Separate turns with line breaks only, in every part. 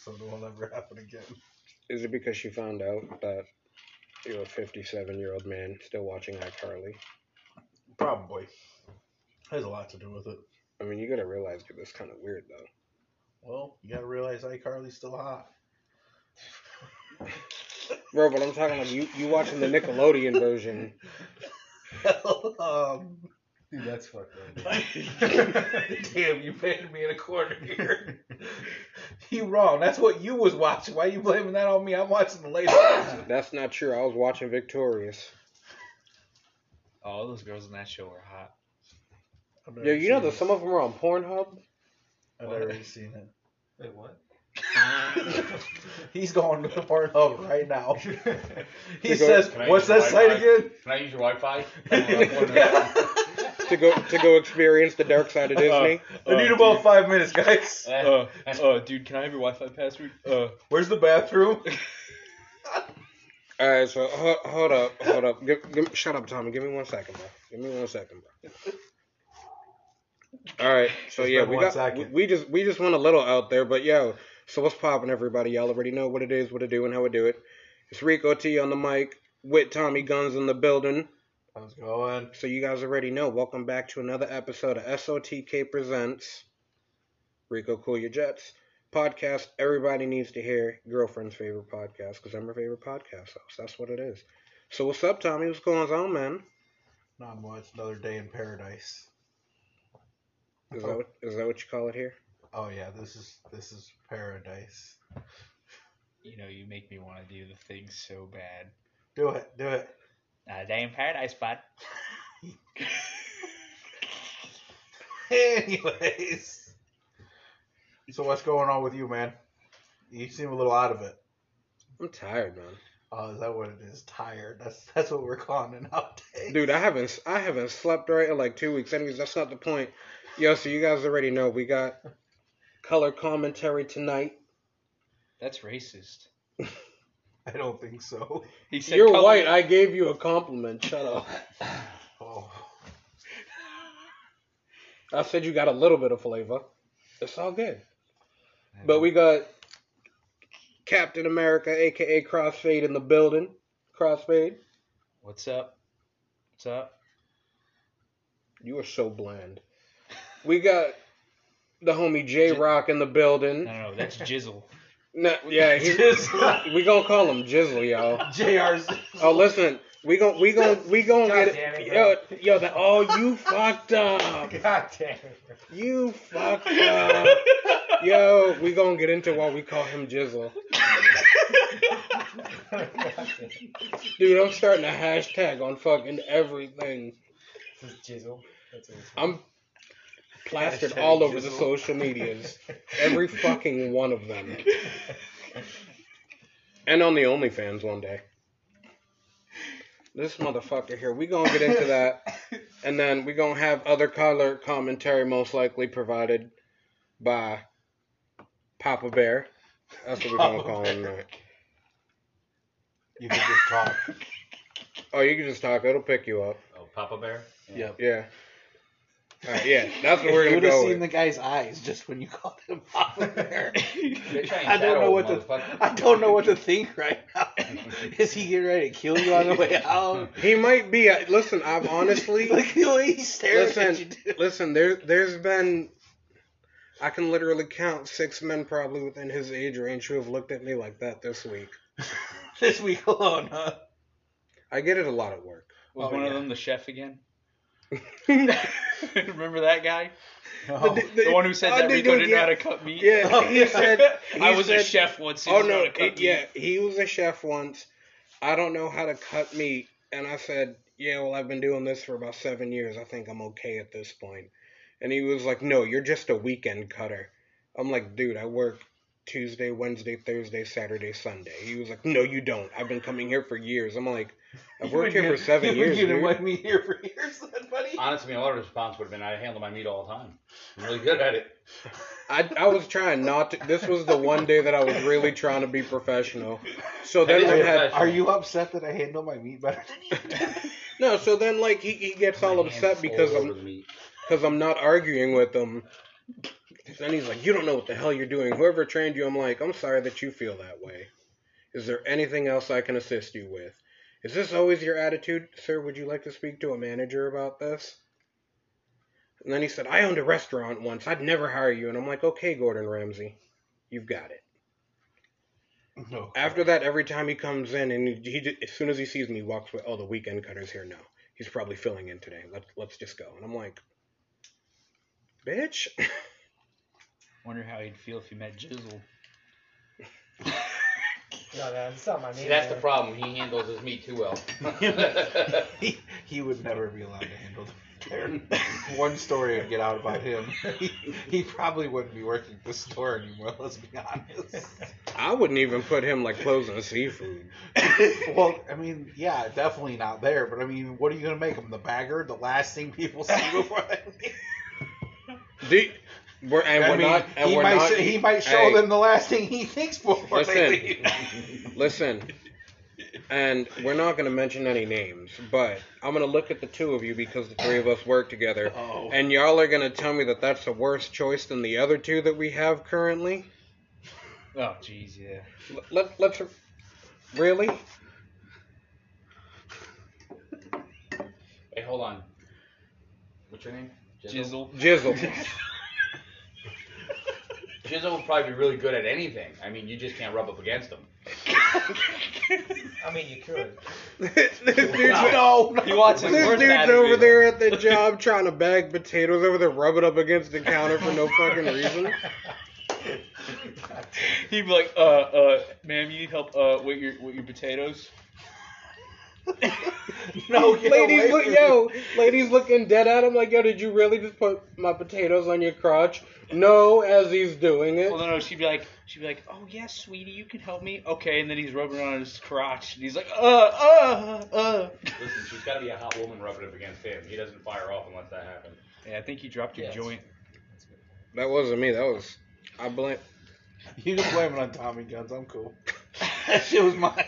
so it won't ever happen again.
Is it because she found out that you're a 57 year old man still watching iCarly?
Probably. Has a lot to do with it.
I mean, you gotta realize dude, that's kind of weird though.
Well, you gotta realize iCarly's still hot.
Bro, but I'm talking like you, you watching the Nickelodeon version.
um,
Dude, that's fucked up.
Damn, you painted me in a corner here. you wrong. That's what you was watching. Why you blaming that on me? I'm watching the latest. version.
That's not true. I was watching Victorious.
All those girls in that show were hot.
I've never
Yo, you know
seen
that
it.
some of them are on Pornhub?
I've already seen it.
Wait, what?
He's going to the Pornhub right now. He
To go-
says,
Can I
"What's that
use
site
Can I use your Wi-Fi? Uh,
again?"
To go to go experience the dark side of Disney.
I need about five minutes, guys.
Oh, Uh, uh, dude, can I have your Wi-Fi password? Uh,
Where's the bathroom?
All right, so hold, hold up, hold up. Give, give, shut up, Tommy. Give me one second, bro. Give me one second, bro. All right, so
Just
yeah,
been
we
one
got
second.
we, we just we just went a little out there, but yo, so what's poppin', everybody? Y'all already know what it is, what to do, and how we do it. It's Rico T on the mic with Tommy Guns in the building.
How's it going?
So you guys already know. Welcome back to another episode of SOTK Presents Rico Cool Your Jets podcast. Everybody needs to hear girlfriend's favorite podcast because I'm her favorite podcast host. That's what it is. So what's up, Tommy? What's going on, man?
Not much. Another day in paradise.
Is that what, is that what you call it here?
Oh yeah, this is this is paradise.
you know, you make me want to do the thing so bad.
Do it, do it.
Uh, day in paradise, bud.
Anyways, so what's going on with you, man? You seem a little out of it.
I'm tired, man.
Oh, is that what it is? Tired. That's that's what we're calling it nowadays.
Dude, I haven't I haven't slept right in like two weeks. Anyways, that's not the point. Yo, so you guys already know we got color commentary tonight.
That's racist.
I don't think so.
He
You're white. uh, I gave you a compliment. Shut up.
Oh,
I said you got a little bit of flavor. It's all good.
Uh,
But we got Captain America, aka Crossfade, in the building. Crossfade,
What's up? What's up?
you are so bland. We got the homie J Rock in the building.
No, no, no that's Jizzle.
No, yeah, he, we gonna call him Jizzle, y'all.
JR's.
Oh, listen, we gon' we gon' we gon'
God
get
damn
it.
it,
Yo, yo, that, oh, you fucked up.
God damn it.
You fucked up. Yo, we gonna get into why we call him Jizzle. Dude, I'm starting a hashtag on fucking everything.
This is Jizzle. That's what it's
I'm plastered
Hashtag
all over the
Jizzle.
social medias. Every fucking one of them. And on the OnlyFans one day. This motherfucker here. We gonna get into that. And then we gonna have other color commentary most likely provided by Papa Bear. That's what we gonna
Papa
call him tonight.
You can just talk.
Oh, you can just talk, it'll pick you up.
Oh, Papa Bear.
Yep.
Yeah. Alright, yeah, that's what we're
you
gonna
would have
go
seen
with.
the guy's eyes just when you called him Papa Bear. I
I
don't know what to. I don't know what to think right now. Is he getting ready to kill you on the way out?
He might be. I- Listen, I've honestly
Look at the way he's staring at you.
listen.
Dude.
Listen, there there's been. I can literally count six men probably within his age range who have looked at me like that this week.
This week alone, huh?
I get it a lot at work.
Was
Oh,
one of
yeah.
them the chef again?
The
Remember that guy?
d-
The one who said
I
that
did
Rico
do-
didn't know how to cut meat?
Yeah,
Oh,
he
yeah.
said.
I
he
was a
said-
chef once. He
Oh
didn't know
no,
how to cut
it-
meat.
yeah, he was a chef once. I don't know how to cut meat, and I said, "Yeah, well, I've been doing this for about seven years. I think I'm okay at this point." And he was like, "No, you're just a weekend cutter." I'm like, "Dude, I work Tuesday, Wednesday, Thursday, Saturday, Sunday." He was like, "No, you don't. I've been coming here for years." I'm like, "I've worked here for seven years."
You've been
dude."
getting away me here for years, then, buddy.
Honestly, my other response would have been I handle my meat all the time. I'm really good at it.
I I was trying not to. This was the one day that I was really trying to be professional. So then
That is
I had
professional.
Are you upset that I handle my meat better than you do?
no. So then like he, he gets all
My hands
upset because
all
I'm
over the meat.
because I'm not arguing with him. Then he's like, You don't know what the hell you're doing. Whoever trained you, I'm like, I'm sorry that you feel that way. Is there anything else I can assist you with? Is this always your attitude? Sir, would you like to speak to a manager about this? And then he said, I owned a restaurant once. I'd never hire you. And I'm like, Okay, Gordon Ramsay, you've got it.
No.
After that, every time he comes in, and he, he as soon as he sees me, he walks with, oh, the weekend cutter's here now. He's probably filling in today. Let's let's just go. And I'm like, bitch.
Wonder how he'd feel if you met Jizzle.
No, no, it's not my name.
See, that's the
man.
problem. He handles his meat too well.
he, he would never be allowed to handle the One story would get out about him. He, he probably wouldn't be working at the store anymore, let's be honest.
I wouldn't even put him like closing the seafood.
well, I mean, yeah, definitely not there, but I mean, what are you going to make him? The bagger? The last thing people see before they
The,
leave?
we're, and
I
we're
mean,
not. And
he,
we're
might
not.
sh- he might show
Hey.
them the last thing he thinks before they
Listen.
leave.
Listen, and we're not going to mention any names, but I'm going to look at the two of you because the three of us work together,
Oh.
and y'all are going to tell me that that's a worse choice than the other two that we have currently.
Oh, jeez, yeah.
Let- Let, let's really.
Hey, hold on. What's your name?
Jizzle.
Jizzle.
Jizzle would probably be really good at anything. I mean, you just can't rub up against him.
I mean, you could.
this dude's,
no, no.
You watch his
this
worst
dude's
attitude.
over there at the job trying to bag potatoes over there, rub it up against the counter for no fucking reason.
He'd be like, uh, uh, ma'am, you need help, uh, with your, with your potatoes?
No, get
ladies,
away
look,
from
yo, ladies looking dead at him like, yo, did you really just put my potatoes on your crotch? No, as he's doing it.
Well, no, no, she'd be like, she'd be like, oh, yes, sweetie, you can help me. Okay, and then he's rubbing on his crotch, and he's like, uh, uh, uh.
Listen, she's got to be a hot woman rubbing up against him. He doesn't fire off unless that happens.
Yeah, I think you dropped your
Yes.
joint.
That wasn't me. That was I blame.
You can blame it on Tommy Guns. I'm cool. that shit was mine.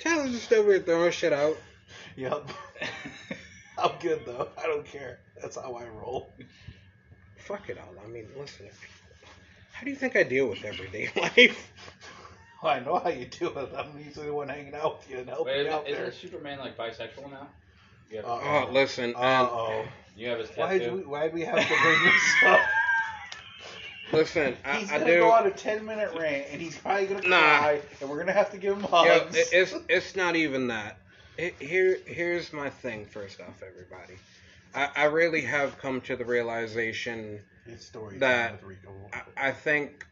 Tyler's just over here throwing shit out.
Yep. I'm good though. I don't care. That's how I roll.
Fuck it all. I mean, listen. How do you think I deal with everyday life?
I know how you do it. I'm usually the one hanging out with you and helping
Wait,
you out
isn't,
there.
isn't Superman like bisexual now? You have,
Oh, listen.
Uh
Um,
oh.
you have his
Why do we
tattoo.
why do we have to bring this up?
listen. I,
He's
I
gonna
do.
go on a ten minute rant and he's probably gonna
Nah.
cry and we're gonna have to give him hugs.
Yeah, it- it's it's not even that. It, here here's my thing. First off, everybody, I, I really have come to the realization.
His story
that-
with Rico.
I, I think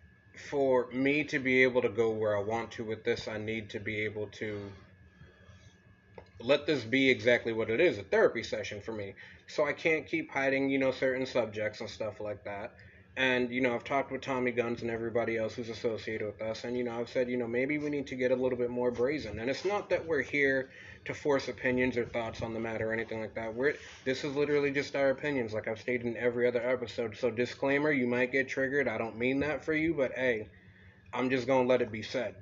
for me to be able to go where I want to with this, I need to be able to let this be exactly what it is—a therapy session for me. So I can't keep hiding, you know, certain subjects and stuff like that. And you know, I've talked with Tommy Guns and everybody else who's associated with us, and you know, I've said, you know, maybe we need to get a little bit more brazen. And it's not that we're here to force opinions or thoughts on the matter or anything like that. We're this is literally just our opinions, like I've stated in every other episode. So disclaimer, you might get triggered. I don't mean that for you, but hey, I'm just gonna let it be said.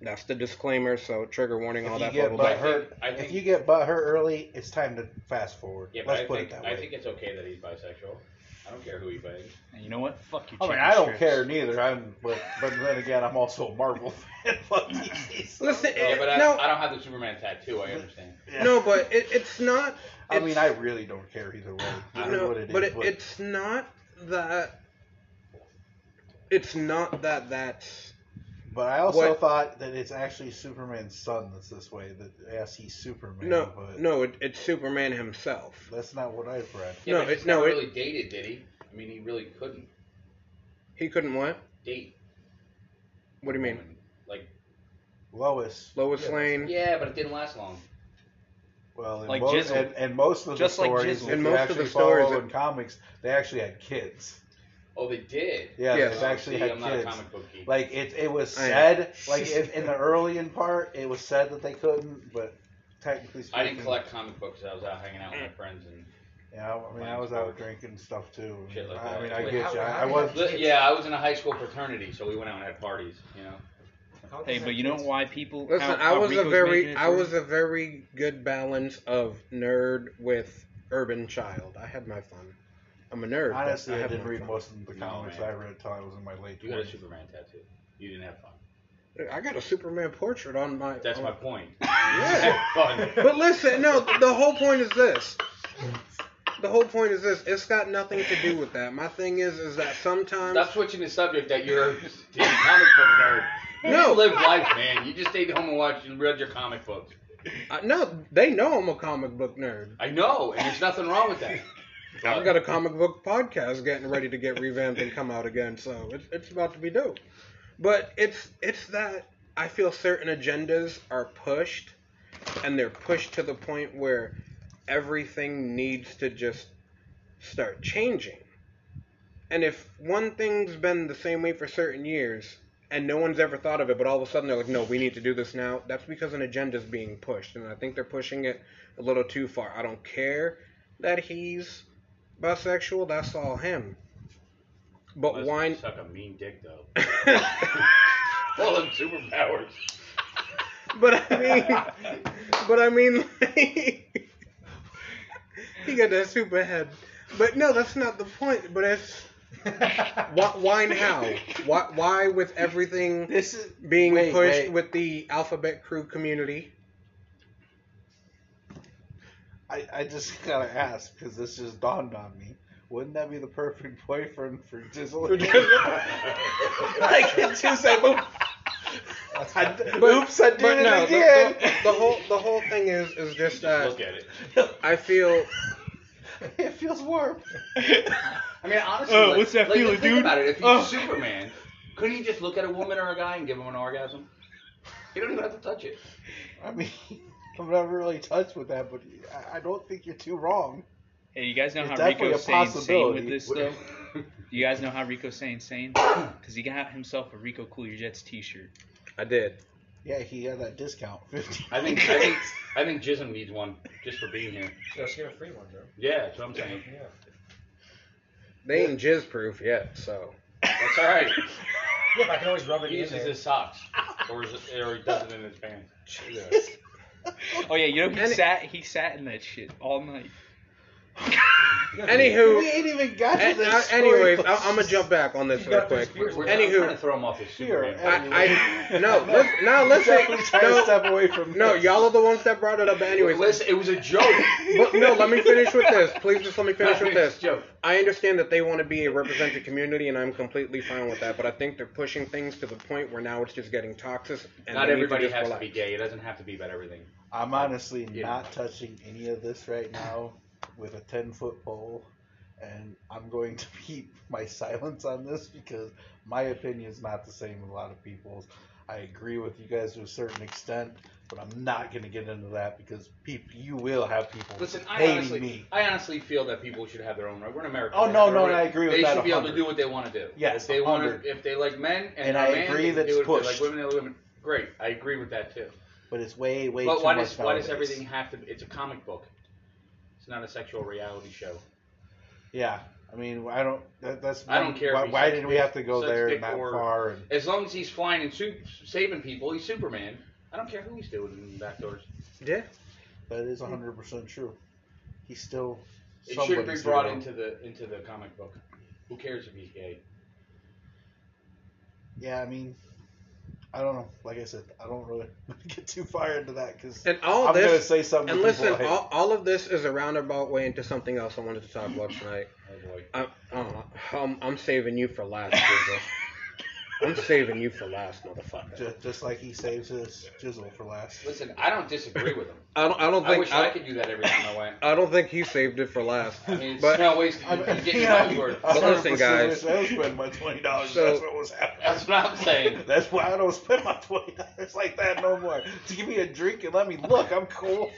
That's the disclaimer. So trigger warning, all
If you
that.
get
blah, blah,
butt
blah.
hurt,
I think-
if you get butt hurt early, it's time to fast forward.
Yeah, but
Let's
I,
put
think,
it that way.
I think it's okay that he's bisexual. I don't care who he bangs.
And you know what? Fuck
Oh,
your
I mean,
chicken
I don't
strips.
care neither. I'm, but but then again, I'm also a Marvel fan. Fuck DC's.
Listen,
Yeah, but I,
no,
I don't have the Superman tattoo. I understand.
Yeah.
no, but it, it's not.
I
it's-
mean, I really don't care either way.
I
It is
no,
what it
but
is,
it, it's not that. It's not that that's
but I also
what-
thought that it's actually Superman's son that's this way. That yes, he's Superman.
no
but
no it, it's Superman himself.
that's not what I've read.
Yeah,
No,
but
it-
he's
no,
not
it-
really dated, did he? I mean, he really couldn't
He couldn't what?
date.
What do you mean?
women. Like,
Lois.
Lois
yeah.
Lane.
yeah, but it didn't last long.
Well, and,
Like
mo-
Jizzle.
and, and most of the
Just like
stories,
Jizzle.
if
And
you
most of
actually
the stories
follow
that-
in comics, they actually had kids.
Oh, they did.
Yeah,
Yes.
they actually
See,
had
I'm not a
kids.
comic book geek.
Like it, it was
I
said. Like in, in the early in part, it was said that they couldn't, but technically speaking,
I didn't collect comic books. I was out hanging out with my friends and
Yeah, I mean, I was out drinking and stuff too.
Shit like
I
that.
mean, I
Wait,
get
how-
you. I,
how
I
do
was.
you-
Li- yeah, I was in a high school fraternity, so we went out and had parties. You know,
Hey, but you know why people.
Listen,
how-
I
how
was a
Rico's making
very
it
I
for-
was a very good balance of nerd with urban child. I had my fun. I'm a nerd. but
Honestly, I,
have
didn't
no
read
fun.
most of the
No,
comics
man.
I read until I was in my late
You got a
20s.
Superman tattoo. You didn't have fun.
I got a Superman portrait on my.
That's
on-
my point.
Yeah.
Have fun.
But listen, no, the whole point is this. The whole point is this. It's got nothing to do with that. My thing is, is that sometimes.
Stop switching the subject that you're a comic book nerd. You
No.
live life, man. You just stayed home and watched and read your comic books.
I, no, they know I'm a comic book nerd.
I know, and there's nothing wrong with that.
I've got a comic book podcast getting ready to get revamped and come out again, so it's it's about to be dope. But it's it's that I feel certain agendas are pushed, and they're pushed to the point where everything needs to just start changing. And if one thing's been the same way for certain years, and no one's ever thought of it, but all of a sudden they're like, no, we need to do this now, that's because an agenda's being pushed, and I think they're pushing it a little too far. I don't care that he's bisexual, that's all him. But
Must
why?
Suck a mean dick, though. All them superpowers.
But I mean, but I mean, like, he got that super head. But no, that's not the point. But it's why, why now? Why, why with everything
This is
being
Wait,
pushed
wait.
with the Alphabet Crew community?
I, I just gotta ask because this just dawned on me. Wouldn't that be the perfect boyfriend for Dizzle? like it just I, oop- I d- oops, I did
But
it
no, the,
again.
the, the whole the whole thing is is just that
Look at it.
I feel
it feels warm.
I mean, honestly,
Oh,
like,
what's that
like,
feeling,
think
dude?
About it. If he's
Oh.
Superman, couldn't he just look at a woman or a guy and give him an orgasm? He don't even have to touch it.
I mean, I'm not really touched with that, but I, I don't think you're too wrong.
Hey, you guys know
It's
how
definitely
Rico's
a
staying sane with
possibility.
this
Wait.
though. You guys know how Rico's staying sane because he got himself a Rico Cool Your Jets T-shirt.
I did.
Yeah, he had that discount. 50.
I think I think I think Jism needs one just for being here.
Just get a free one, Joe.
Yeah, that's what I'm saying.
Yeah.
They ain't jizz proof yet, so
That's all right.
Yeah, but I can always rub it
He
in
uses
there.
his socks, or is it, or he does it in his pants.
Oh yeah, you know he
And it-
sat he sat in that shit all night.
we
anywho.
ain't even got to
an-
this.
I-
story,
anyways,
but-
I, I'm gonna jump back on this
You
real
got this
quick.
We're, we're
Anywho. uh,
trying to throw him off his
Here,
Superman.
Ed.
I, I no, listen, no, listen,
Definitely trying to
no,
step away from
no,
this.
y'all are the ones that brought it up. But anyways,
Listen, it was a joke.
but no, let me finish with this. Please just let me finish with
It's
this.
a joke.
I understand that they want to be a represented community, and I'm completely fine with that. But I think they're pushing things to the point where now it's just getting toxic. And
Not
they need
everybody
just
has
relax.
to be gay. It doesn't have to be about everything.
I'm honestly
Yeah.
not touching any of this right now with a 10 foot pole, and I'm going to keep my silence on this because my opinion's not the same as a lot of people's. I agree with you guys to a certain extent, but I'm not going to get into that because peop- you will have people
Listen, I
hating
honestly,
me.
I honestly feel that people should have their own right. We're in America.
Oh,
They
no,
have their
no,
right.
and I agree with
they
that
should be able to
100.
do what they want to do.
Yes,
if they want
100.
to, if they like men and,
And
they're
I
men,
agree
they can
that's
do it. If they like
pushed.
women, they women. Great, I agree with that too.
But it's way, way
but
too
why
much.
does why does
nowadays.
everything have to? be- It's a comic book. It's not a sexual reality show.
Yeah, I mean, I don't. That, that's
I don't care if
Why,
he
why
sucks
did we
dick-
have to go
sucks
there
dick
and that
or-
far? And
As long as he's flying and su- saving people, he's Superman. I don't care who he's doing in the back doors.
Yeah.
that is 100 percent true. He's still.
It shouldn't be
somebody's
brought
hero.
into the into the comic book. Who cares if he's gay?
Yeah, I mean, I don't know. Like I said, I don't really get too far into that because
And all
I'm gonna
this,
say something.
and
to people
listen,
I hate.
all, all of this is a roundabout way into something else I wanted to talk about tonight.
Oh boy.
I, oh, I'm, I'm saving you for last, Jizzle. I'm saving you for last, motherfucker.
Ju- just like he saves his jizzle for last.
Listen, I don't disagree with him.
I don't, I don't
I wish
think
I,
I,
could do that every time I went.
I don't think he saved it for last.
I mean, it's
But-
no waste
I
of
mean,
getting
yeah,
my word.
I
But listen,
100%
guys.
wish I was spending my twenty dollars.
So-
that's what was happening.
That's what I'm saying.
That's why I don't spend my twenty dollars like that no more. To give me a drink and let me look, I'm cool.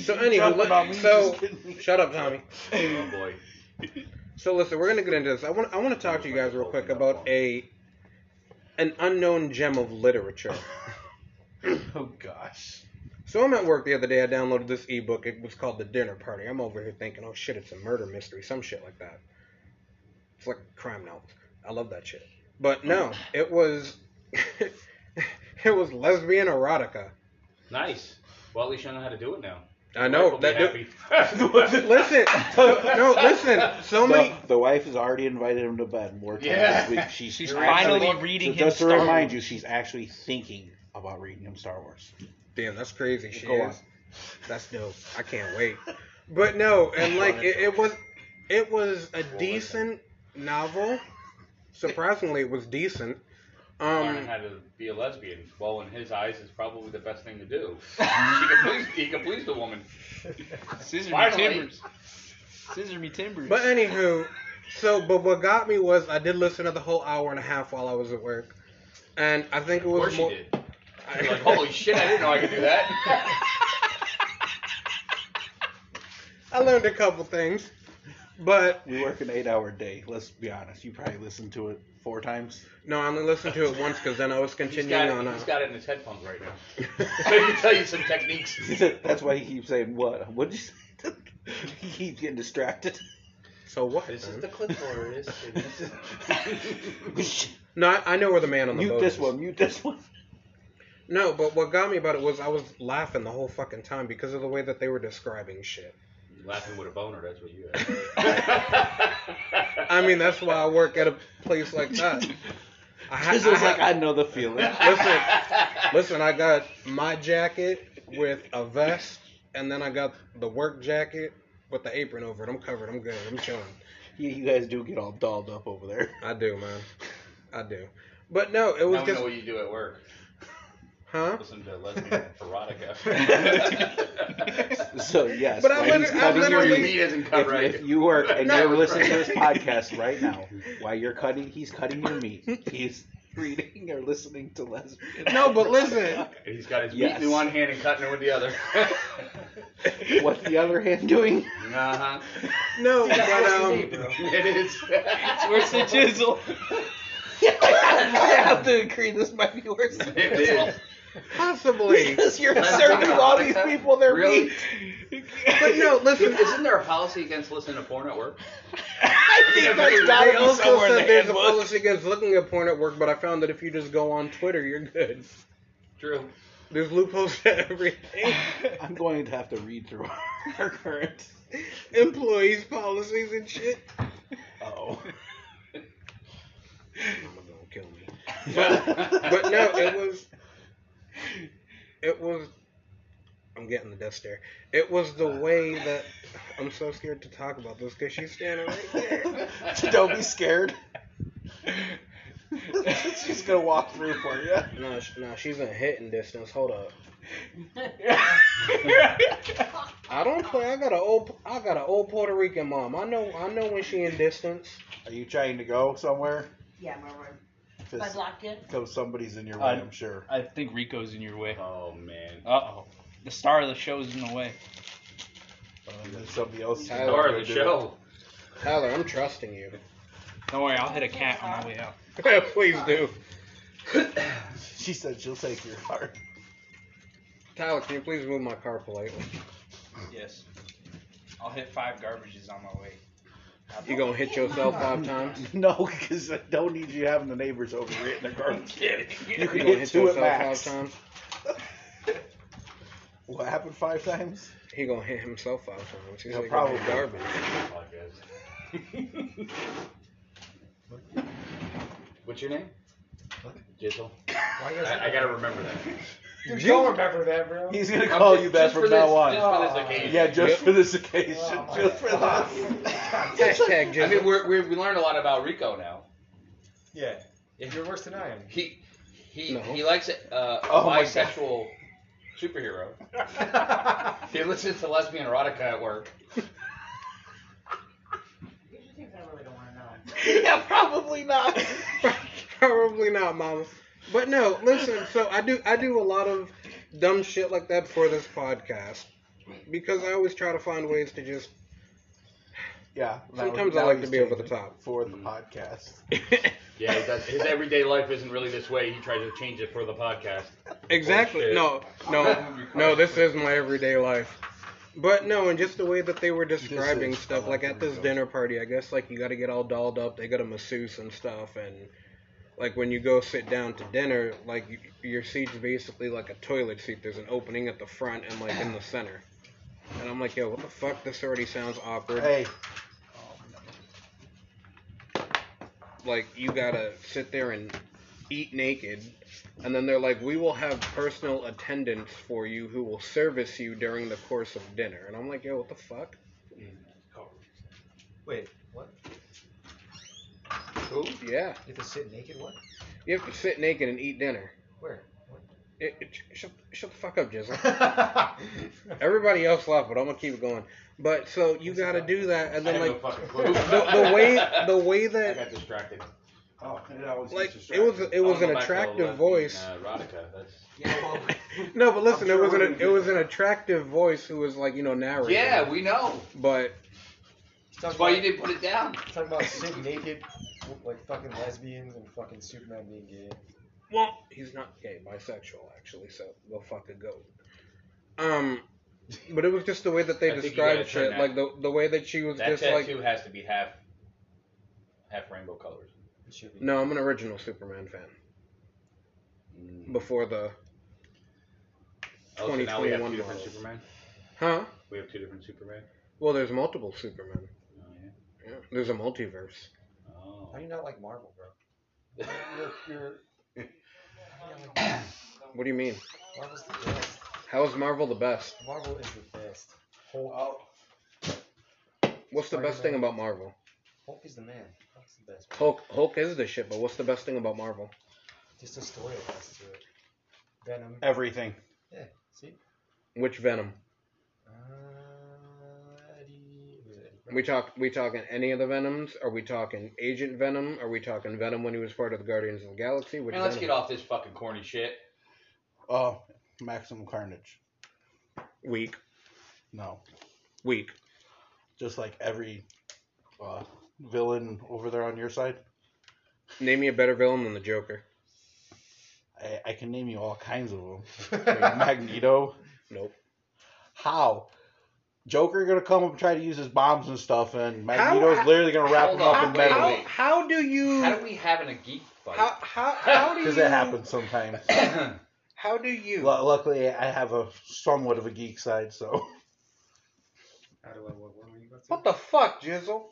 So
You
anyway,
jumping on
let,
me,
so
just kidding me.
shut up, Tommy.
Oh boy.
So listen, we're gonna get into this. I want I want to talk to you guys real quick about a an unknown gem of literature.
oh gosh.
So I'm at work the other day. I downloaded this ebook. It was called The Dinner Party. I'm over here thinking, oh shit, it's a murder mystery, some shit like that. It's like crime novels. I love that shit. But no, it was it was lesbian erotica.
Nice. Well, at least you know how to do it now.
I know. That,
happy.
listen, so, no, listen. So many.
The, the wife has already invited him to bed more times
Yeah.
this week. She's,
She's
actually-
finally
actually-
reading
so
him
just to
Star
remind
Wars.
you, she's actually thinking about reading him Star Wars.
Damn, that's crazy. She
Go
is. That's dope. I can't wait. But no, and like it, it was, it was a decent novel. Surprisingly, it was decent.
Learning
Um,
how to be a lesbian, well, in his eyes, is probably the best thing to do. she can please, he can please the woman.
Scissor me
Finally.
timbers. Scissor me timbers.
but anywho, so but what got me was I did listen to the whole hour and a half while I was at work, and I think it
Of
was
course she
more.
did. You're like, holy shit, I didn't know I could do that.
I learned a couple things, but
We work an eight-hour day. Let's be honest. You probably listened to it four times.
no, I only listened to it once because then I was
he's,
continuing
got
on.
it,
uh,
he's got it in his headphones right now. So he can tell you some techniques.
That's why he keeps saying, "What? What did you say?" he keeps getting distracted.
so what?
this is
then?
the clipboard. This is- this is-
No, I, I know where the man on the
mute
boat
this
is.
one. Mute this one.
No, but what got me about it was I was laughing the whole fucking time because of the way that they were describing shit.
You're laughing with a boner, that's what you have.
I mean, that's why I work at a place like that. I, ha-
This
I
is
ha-
like I know the feeling.
listen, I got my jacket with a vest, and then I got the work jacket with the apron over it. I'm covered. I'm good. I'm chilling.
you, you guys do get all dolled up over there.
I do, man. I do. But no, it was
now we
just
know what you do at work.
huh?
Listen to lesbian erotica.
So yes,
But I
why he's
liter- I
cutting your
literally-
meat-
meat isn't cut
If,
right.
if you work and
No,
you're
right.
listening to this podcast right now, while you're cutting, he's cutting your meat. He's reading or listening to lesbian.
No, but listen.
And he's got his
Yes.
meat in one hand and cutting it with the other.
What's the other hand doing?
uh huh.
No,
That's
but
what you
um.
need, bro.
It is.
it's worse than chisel.
I have to agree, this might be worse. than
It is.
Possibly,
you're
serving all these
people
their Really? meat.
but no. Listen,
Isn't there a policy against listening to porn at work?
I
think that's
I also said there's a policy against looking at porn at work, but I found that if you just go on Twitter, you're good.
True.
There's loopholes to everything.
I'm going to have to read through our current.
Employees' policies and shit.
Oh,
Mama gonna kill me. But no, it was. It was. I'm getting the death stare. It was the way that I'm so scared to talk about this because she's standing right there.
don't be scared. She's gonna walk through for you.
No, sh- no, she's in hitting distance. Hold up. I don't play. I got an old. I got an old Puerto Rican mom. I know. I know when she in distance.
Are you trying to go somewhere?
Yeah, my room.
Just
locked in.
because somebody's in your
Uh,
way,
I-
I'm sure.
I think Rico's in your way.
Oh man.
Uh oh. The star of the show is in the way.
And then somebody else. is
Tyler.
Or
gonna
the
do
show.
Tyler, I'm trusting you.
Don't worry, I'll hit a cat on my way out.
Please do.
it. She said she'll take your heart.
Tyler, can you please move my car politely?
Yes. I'll hit five garbages on my way.
You gonna hit yourself five times?
No, because I don't need you having the neighbors over here in their garbage. You
You
can
gonna
hit
hit
two at
yourself
max.
five times?
What happened five times?
He gonna hit himself five times. He's
Yeah,
like probably
probably.
garbage.
Podcast. What's your name? Jizzle.
Why you guys-
I, I gotta remember that.
Dude, you don't remember that, bro.
He's gonna
I'm
call
just-
you that
just
from
Oh, for this-
now on.
Just for this occasion.
Yeah, just
Yep.
for this occasion.
Oh my
just for
God.
this.
Hashtag
I mean,
just.
we're, we're, we learned a lot about Rico now.
Yeah. If you're worse than I am.
He he
No.
he likes uh, a
Oh my God.
bisexual superhero. He listens to lesbian erotica at work.
These are things I really don't want to know.
yeah, probably not.
Probably not, Mama. But no, listen. So I do I do a lot of dumb shit like that for this podcast because I always try to find ways to just.
Yeah. now-
Sometimes I
now
like to
he's
be over the
changing
top. Mm-hmm.
for the
Mm.
podcast.
Yeah, he does. His everyday life isn't really this way. He tries to change it for the podcast.
Exactly.
Bullshit.
No, no, no. This is my everyday life. But no, and just the way that they were describing
is
stuff, like at this dinner party, I guess like you got to get all dolled up. They got a masseuse and stuff, and like when you go sit down to dinner, like y your seat's basically like a toilet seat. There's an opening at the front and like in the center. And I'm like, yo, what the fuck? This already sounds awkward.
Hey.
Like, you gotta sit there and eat naked. And then they're like, we will have personal attendants for you who will service you during the course of dinner. And I'm like, yo, what the fuck?
Wait, what?
Who?
Yeah.
You have to sit naked? What?
You have to sit naked and eat dinner.
Where?
It, it, sh- shut, shut the fuck up, Jizzle.
What?
Everybody else left, but I'm gonna keep it going. But so you gotta do that, and
I
then like
have no fucking
the,
clue.
the way the way
I
that
got distracted.
Oh, it always
like
gets
it was
distracting.
it was
I'll
an
go back to
attractive
Latin,
voice.
uh, erotica. That's-
No, but listen,
I'm
it
sure
was
we're
an
gonna
it
do
was
that.
an attractive voice who was like you know narrating.
Yeah, we know.
but
That's why you didn't put it down.
Talking about sitting naked, like fucking lesbians and fucking Superman being gay.
well, he's not gay, bisexual actually, so go fuck a goat. Um, but it was just the way that they
I think you
described
gotta
shit,
turn that-
like the the way that she was
That
just
tattoo
like
has to be half, half rainbow colors.
It should be.
No, I'm an original Superman fan
Mm.
before the
Oh, so now we have
2021
two different
models.
Superman.
huh.
We have two different Superman.
Well, there's multiple Supermen.
Oh, yeah.
Yeah, there's a multiverse.
Oh.
How do you not like Marvel, bro? You're, you're,
What do you mean?
Marvel's the best.
How is Marvel the best?
Marvel is the best. Hulk,
What's the best thing about Marvel?
Hulk is the man. Hulk's the best. bro.
Hulk, Hulk is the shit, but what's the best thing about Marvel?
Just a story attached to it. Venom.
everything.
See?
Which Venom?
Uh, Eddie. Was it Eddie? Brock?
We talk. We talking any of the Venoms? Are we talking Agent Venom? Are we talking Venom when he was part of the Guardians of the Galaxy? Which
Man, let's
Venom?
get off this fucking corny shit.
Oh, Maximum Carnage.
Weak,
No,
weak.
just like every uh, villain over there on your side.
Name me a better villain than the Joker.
I, I can name you all kinds of them. Like Magneto.
Nope.
How? Joker gonna come up and try to use his bombs and stuff, and Magneto's
how-
literally gonna wrap him
Hold
up
on,
in
wait,
metal
wait.
How do you?
How do we have in a geek fight?
How how how do you?
because it happens sometimes.
How do you?
Lu luckily, I have a somewhat of a geek side, so
How do I what? What were you about to
What the fuck, Jizzle?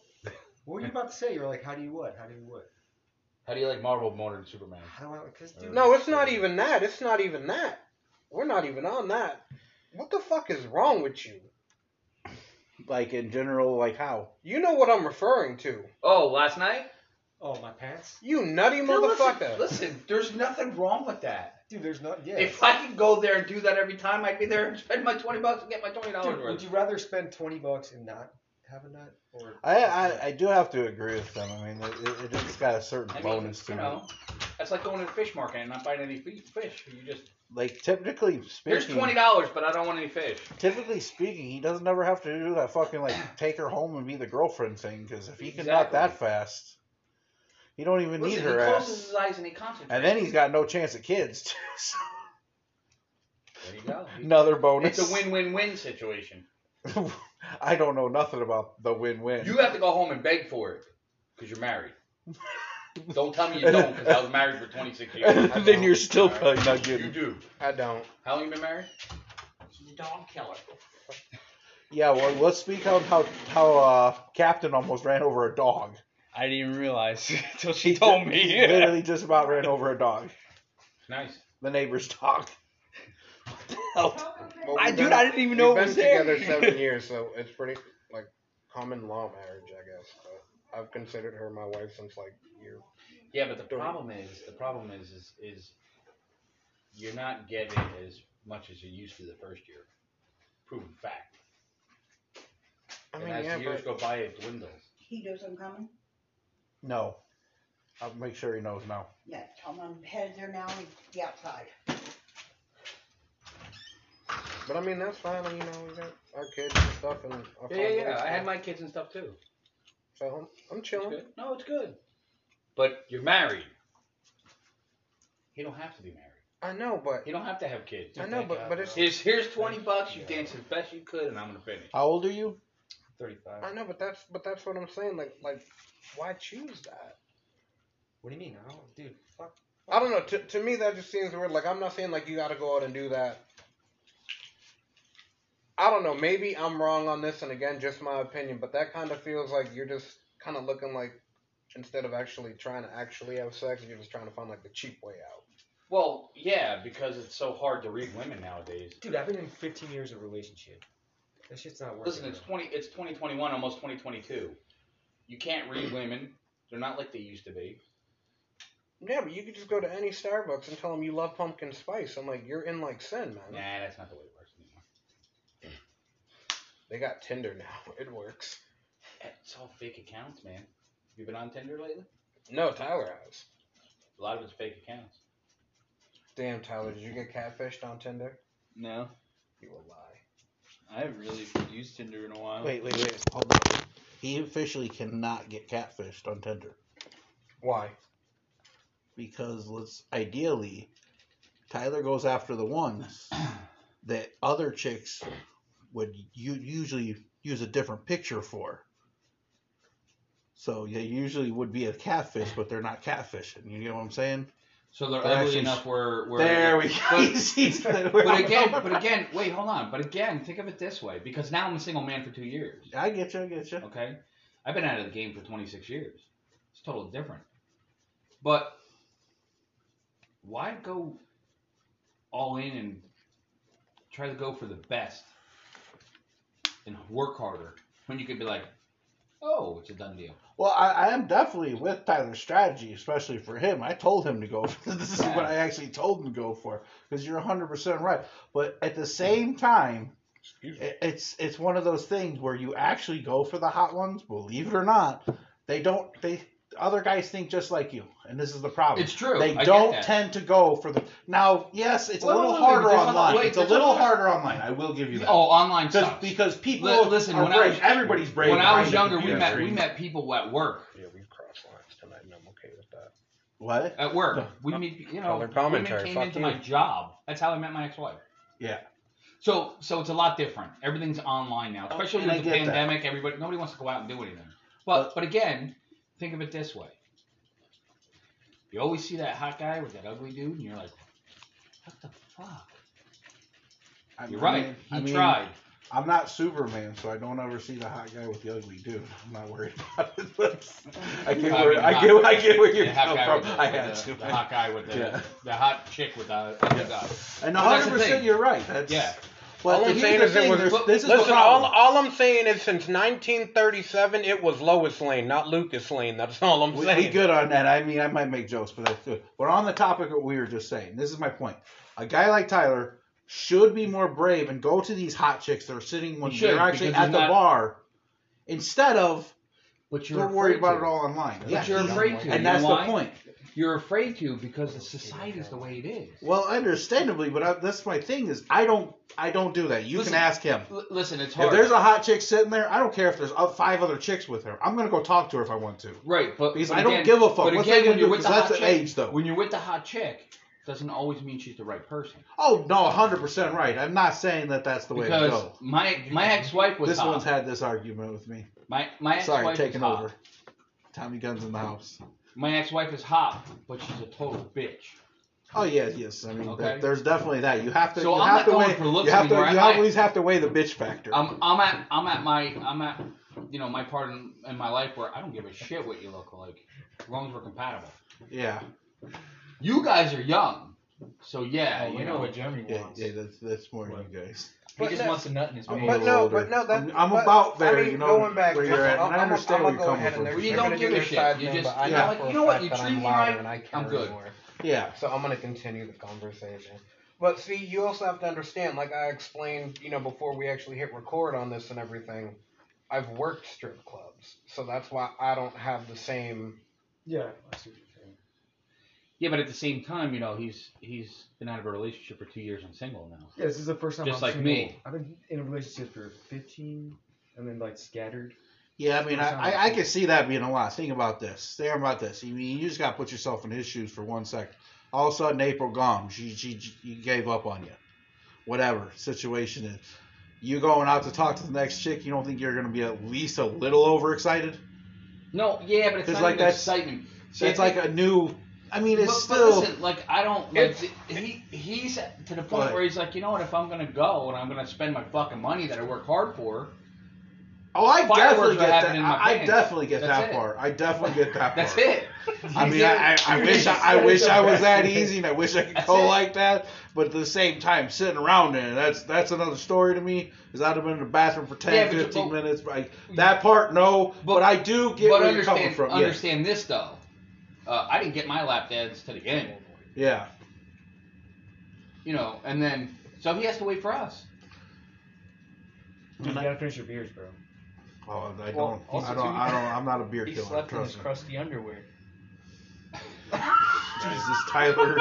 What were you about to say? You were like, how do you what? How do you what?
How do you like Marvel more than Superman?
How do I? Because dude,
No, it's not even that. It's not even that. We're not even on that. What the fuck is wrong with you?
like in general, like how?
You know what I'm referring to.
Oh, last night?
Oh, my pants,
You nutty
Dude,
motherfucker.
Listen, listen, there's nothing wrong with that.
dude. There's not. Yeah.
If I could go there and do that every time, I'd be there and spend my twenty bucks and get my twenty dollars
dude,
worth.
would you rather spend twenty bucks and not have a nut, or
I, I I do have to agree with them. I mean, it, it, it just got a certain
I mean,
bonus to
you
it.
know, that's like going to the fish market and not buying any fe- fish. You just
Like typically
here's
speaking,
twenty dollars, but I don't want any fish.
typically speaking, he doesn't ever have to do that fucking like take her home and be the girlfriend thing. Because if he can nut
Exactly.
that fast, he don't even
Listen,
need her
he
ass.
closes his eyes and he concentrates.
And then he's got no chance of kids. too, so
there you go.
Another bonus.
It's a win-win-win situation.
win. I don't know nothing about the win-win.
You have to go home and beg for it because you're married. Don't tell me you don't because I was married for 26 years.
and then you're still
All right.
probably not
You
getting.
do.
I don't.
How long you been married?
She's a dog killer.
Yeah, well, let's speak on how how uh, Captain almost ran over a dog.
I didn't even realize until she told me.
Literally just about ran over a dog.
Nice.
The neighbor's dog. What
Well,
I
we've
dude,
been-
I didn't even know
we've
it
been together
was there.
seven years, so it's pretty like common law marriage, I guess. But I've considered her my wife since like year.
Yeah, but the
Don't-
problem is, the problem is, is, is you're not getting as much as you used to the first year. Proven fact.
I
And
mean,
as
yeah,
the years
but
go by, it dwindles.
He knows I'm coming.
the- No. I'll make sure he knows now.
Yeah, I'm I'm headed there now and the outside.
but I mean that's fine. You know, we got our kids and stuff, and our
Yeah, yeah,
families,
yeah. I had my kids and stuff too.
So I'm, I'm
It's
chilling.
good. No, it's good. But you're married. He don't have to be married.
I know, but
He don't have to have kids.
I know, but but it's
Here's here's twenty bucks. You dance as best you could, and I'm gonna finish.
How old are you?
thirty-five?
I know, but that's but that's what I'm saying. Like like, why choose that?
What do you mean? I don't, dude. Fuck.
I don't know. To, to me, that just seems weird. Like I'm not saying like you got to go out and do that I don't know. Maybe I'm wrong on this, and again, just my opinion. But that kind of feels like you're just kind of looking like instead of actually trying to actually have sex, you're just trying to find like the cheap way out.
Well, yeah, because it's so hard to read women nowadays.
Dude, I've been in 15 years of relationship. That shit's not working.
Listen, it's
bro.
twenty. It's twenty twenty one, almost twenty twenty two. You can't read women. They're not like they used to be.
Yeah, but you could just go to any Starbucks and tell them you love pumpkin spice. I'm like, you're in like sin, man.
Nah, that's not the way it works anymore.
They got Tinder now. It works.
It's all fake accounts, man. You been on Tinder lately?
No, Tyler has.
A lot of it's fake accounts.
Damn, Tyler, did you get catfished on Tinder?
No,
You will lie.
I haven't really used Tinder in a while.
Wait, wait, wait. Hold on. He officially cannot get catfished on Tinder
Why?
because let's ideally, Tyler goes after the ones that other chicks would you usually use a different picture for. So they usually would be a catfish, but they're not catfishing. You know what I'm saying?
So they're
They're
ugly
actually-
enough where, where
There we go.
But-
He sees that we're
but
all
again,
over.
but again, wait, hold on. But again, think of it this way, because now I'm a single man for two years.
I get you. I get you.
Okay, I've been out of the game for 26 years. It's totally different. But why go all in and try to go for the best and work harder when you could be like, oh, it's a done deal.
Well, I, I am definitely with Tyler's strategy, especially for him. I told him to go. For, this is what I actually told him to go for because you're 100% right. But at the same time,
Excuse
i- it's it's one of those things where you actually go for the hot ones, believe it or not. They don't they other guys think just like you, and this is the problem.
It's true. I
They
get
don't
that.
tend to go for the Now, yes, it's
Wait,
a little
wait, wait,
harder
there's
online.
other- wait,
it's a
there's
little
other-
harder online. I will give you that.
Oh, online
because,
stuff.
because people
Li- listen,
are
when I
brave.
was-
Everybody's brave.
when I was
behind the
younger, we
computer
met we
screen.
met people at work.
Yeah, we crossed lines tonight, and I'm okay with that.
What?
At work, we meet you know
Color commentary,
women came
fuck
into
you.
my job. That's how I met my ex-wife.
Yeah.
So so it's a lot different. Everything's online now, especially
Oh, and I
with the
get that.
pandemic. Everybody nobody wants to go out and do anything. But but again, think of it this way. You always see that hot guy with that ugly dude, and you're like, what the fuck?
I
You're
mean,
right. He
I mean,
tried.
I'm not Superman, so I don't ever see the hot guy with the ugly dude. I'm not worried about it. But I get
I
where
mean,
I get, I get where you're
The hot
coming
guy
from.
with the,
I had
with the,
to.
the hot guy with the
Yeah.
the hot chick with the ugly
Yeah.
guy.
And
Well, that's the
100, percent
thing.
you're right. That's,
Yeah.
But
All I'm
here's
saying
the
is it
thing,
was-
there's-
look,
this is the
Listen, all,
problem.
all I'm saying is since 1937, it was Lois Lane, not Lucas Lane. That's all I'm
We,
saying.
we good on that. I mean, I might make jokes, but that's good. But on the topic of what we were just saying, this is my point. A guy like Tyler should be more brave and go to these hot chicks that are sitting when
He should,
they're actually
because
at
he's
the
not-
bar instead of
But
they're worried about it all online.
But
Yeah,
you're
he's-
afraid to.
And
you
that's
know
the
why?
point.
You're afraid to because the society's the way it is.
Well, understandably, but I, that's my thing is I don't I don't do that. You
Listen,
can ask him.
L- listen, it's
If
hard.
there's a hot chick sitting there, I don't care if there's o- five other chicks with her. I'm gonna go talk to her if I want to
right, but
because
but
I don't
again-
give a fuck.
But
What's
again,
that gonna
when you're
do?
with
'Cause
the
that's
hot
the
chick,
age though.
when you're with the hot chick, doesn't always mean she's the right person.
oh no, 100 percent right. I'm not saying that that's the way to
Because
go.
my my ex-wife was
This
hot.
one's had this argument with me.
my my ex-wife
Sorry,
is
taking
hot.
over. Tommy Guns in the house.
My ex-wife is hot, but she's a total bitch.
Oh yeah, yes. I mean,
Okay.
that- there's definitely that. You have to.
So
you
I'm
have
not
to
going
weigh,
for looks
you have to,
anymore.
you
I might-
always have to weigh the bitch factor.
I'm I'm at I'm at my I'm at you know my part in, in my life where I don't give a shit what you look like, as long as we're compatible.
yeah,
You guys are young, so yeah,
Oh,
you know.
Jeremy
yeah, yeah. That's that's more you guys.
He
But
just
no-
wants a nut in his
I'm
pants.
a
But
little
no,
older.
but no, that,
I'm, I'm
but,
about there,
I mean,
you know,
going back,
where you're at,
I'm,
and I
I'm,
understand
I'm
where
gonna
you're
go ahead
coming
and
from.
Well,
they're
you
gonna
don't give
do
a
their
shit.
side
You
thing,
just-
but I
yeah.
know
like,
for
you
a
know what, you
fact that
treat
I'm
me
louder
right,
and I
I'm
carry
good.
more.
Yeah,
So I'm gonna continue the conversation. But see, you also have to understand, like I explained, you know, before we actually hit record on this and everything, I've worked strip clubs, so that's why I don't have the same.
Yeah. I see what you're saying.
Yeah, but at the same time, you know, he's he's been out of a relationship for two years and single now.
Yeah, this is the first time.
Just
I'm
like
single.
me.
I've been in a relationship for 15, and then like scattered.
yeah. I mean,
Sounds
I, I, I
like-
can see that being a lot. Think about this. Think about this. I mean, you just got to put yourself in his shoes for one second. All of a sudden, April gone. She, she, she gave up on you. Whatever situation is, you going out to talk to the next chick. You don't think you're going to be at least a little overexcited?
No, yeah, but it's,
It's
not
like
even
that's-
excitement. See,
That's
I
like
think-
a new I mean, it's
but,
still.
But listen, like I don't. Like,
It's-
he he's to the point
What?
where he's like, you know what? If I'm gonna go and I'm gonna spend my fucking money that I work hard for,
oh, I
fireworks
definitely
are
get that.
happening in my
I, I
pants.
definitely get
That's
that
it.
part. I definitely get that part.
that's it.
I mean, I, I, I wish I, I wish I was that easy, and I wish I could
That's
go
it.
like that. But at the same time, sitting around there, that's that's another story to me. Is I'd have been in the bathroom for 10,
Yeah, but you-
15
but-
minutes. Like that part, no. Oh. But,
But-
I do get
but
where you're coming
understand,
from. Yes.
understand this though. Uh, I didn't get my lap dance to the end,
Yeah.
you know, and then so he has to wait for us.
You gotta finish your beers, bro.
Oh, I don't.
Well, also
I don't.
too-
I don't. I'm not a beer
He
killer.
slept in his
trust me.
crusty underwear.
Jesus, Tyler.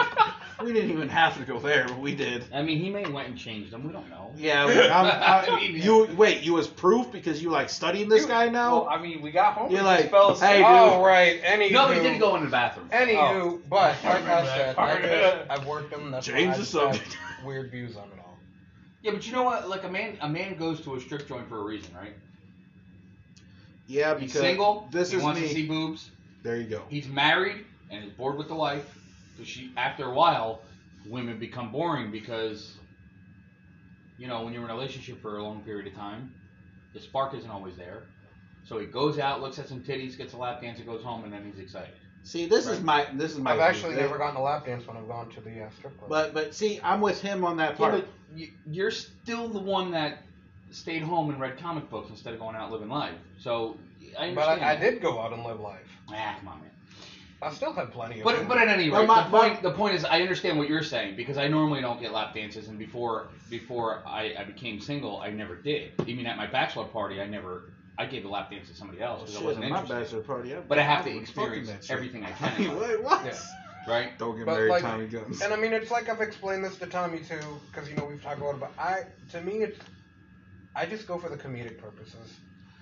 we didn't even have to go there, but we did.
I mean, he may have went and changed them. We don't know.
Yeah. we- I'm, I,
I mean, yeah.
you wait. You was proof because you like studying this
You-
guy now.
Well, I mean, we got home.
You're
and
like,
just fell asleep.
hey, dude.
All right. Anywho.
No, he did go into the bathroom.
Anywho,
Oh.
but like I said, I
part.
just, I've worked him. That's
Change
why I
the
just have
subject.
Weird views on it all.
Yeah, but you know what? Like a man, a man goes to a strip joint for a reason, right?
yeah,
He's
because
single.
This
he
is
wants
me.
to see boobs.
there you go.
He's married and is bored with the wife. Because she, after a while, women become boring because, you know, when you're in a relationship for a long period of time, the spark isn't always there. So he goes out, looks at some titties, gets a lap dance, and goes home, and then he's excited.
See, this is
Right.
my this is my.
I've actually
issue.
never gotten a lap dance when I've gone to the uh, strip club.
But but see, I'm with him on that
Yeah,
part.
but you- you're still the one that stayed home and read comic books instead of going out living life. So I understand.
But I, I
that.
did go out and live life.
Ah, come on, man.
I still have plenty of.
But but at any
Well,
rate,
my-
the point the point is I understand what you're saying because I normally don't get lap dances, and before before I, I became single, I never did. Even at my bachelor party, I never I gave a lap dance to somebody else because
Shit,
I wasn't
my
interested.
bachelor party. I-
But I have
I
to
was fucking that
experience
shit.
everything I
I
can, in
mean,
life,
wait, what?
Yeah.
right?
Don't get
But,
married,
like-
Tommy Guns.
And I mean, it's like I've explained this to Tommy too, because you know we've talked a lot about. I to me, it's I just go for the comedic purposes.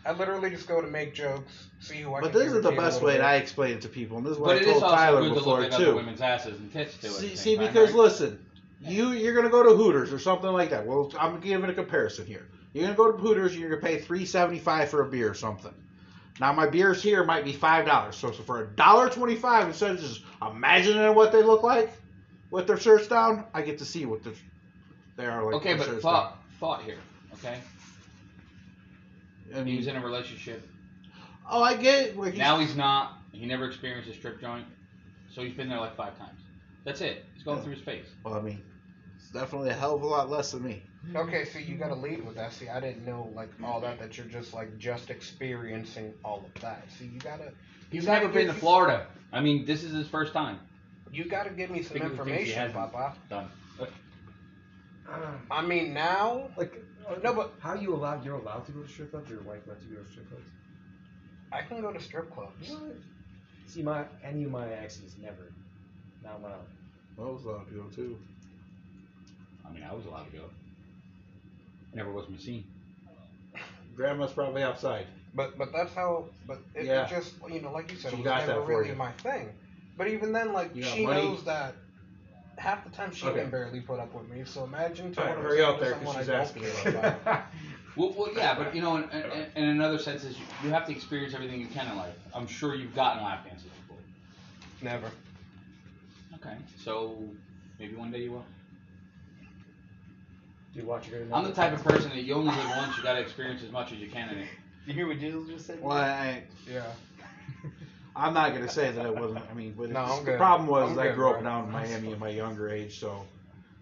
I literally just go to make jokes, see who I.
But
can
this is the
irritate a
best
little
way
bit.
that I explain it to people, and this is what
But
I
it is
told
also
Tyler
good to
before
look at other
too.
women's asses and tits too. at the
See,
same
see
time,
because
right?
listen, you you're gonna go to Hooters or something like that. Well, I'm giving a comparison here. You're gonna go to Hooters and you're gonna pay three seventy five for a beer or something. Now my beers here might be five dollars. So, so for a dollar twenty five, instead of just imagining what they look like with their shirts down, I get to see what the, they are like.
okay,
with their
but
shirts
thought thought here, okay?
down. I
He
mean,
was in a relationship.
oh, I get it. Well, he's-
Now he's not. He never experienced a strip joint, so he's been there like five times. That's it. He's going
Yeah.
through his phase.
Well, I mean, it's definitely a hell of a lot less than me.
Okay, so you got to lead with that. See, I didn't know like all that that you're just like just experiencing all of that. See, you gotta
He's
You gotta
never been
give-
to Florida. I mean, this is his first time.
you gotta give me some
Speaking of things he
information,
hasn't
Papa.
Done.
I mean, now
Like, oh,
no, but
how are you allowed? You're allowed to go to strip clubs. Your wife lets you go to strip clubs.
I can go to strip clubs.
See, my any of my exes never, not allowed.
That was a lot of people too.
I mean, I was allowed to go. Never was my scene.
Grandma's probably outside.
But but that's how. But it
Yeah.
was just you know, like you said,
She
it was
got
never
that for
really
you.
my thing. But even then, like
You got
she
money?
knows that half the time she
Okay.
can barely put up with me. So imagine
All
telling
right, hurry
someone
up there because
I
she's
don't
asking me
care
about that.
Well, well yeah, but you know, in, in, in another sense, is you, you have to experience everything you can in life. I'm sure you've gotten lap dances before.
Never.
Okay, so maybe one day you will.
Do you watch your?
I'm the type of person that you only live once. You got to experience as much as you can in it.
You hear what Jizzle just said?
Well, I,
Yeah.
I'm not gonna say that it wasn't. I mean, but
No,
it's-
I'm
the
good.
problem was
I'm
I
good,
grew up
bro.
down in Miami at my younger age, so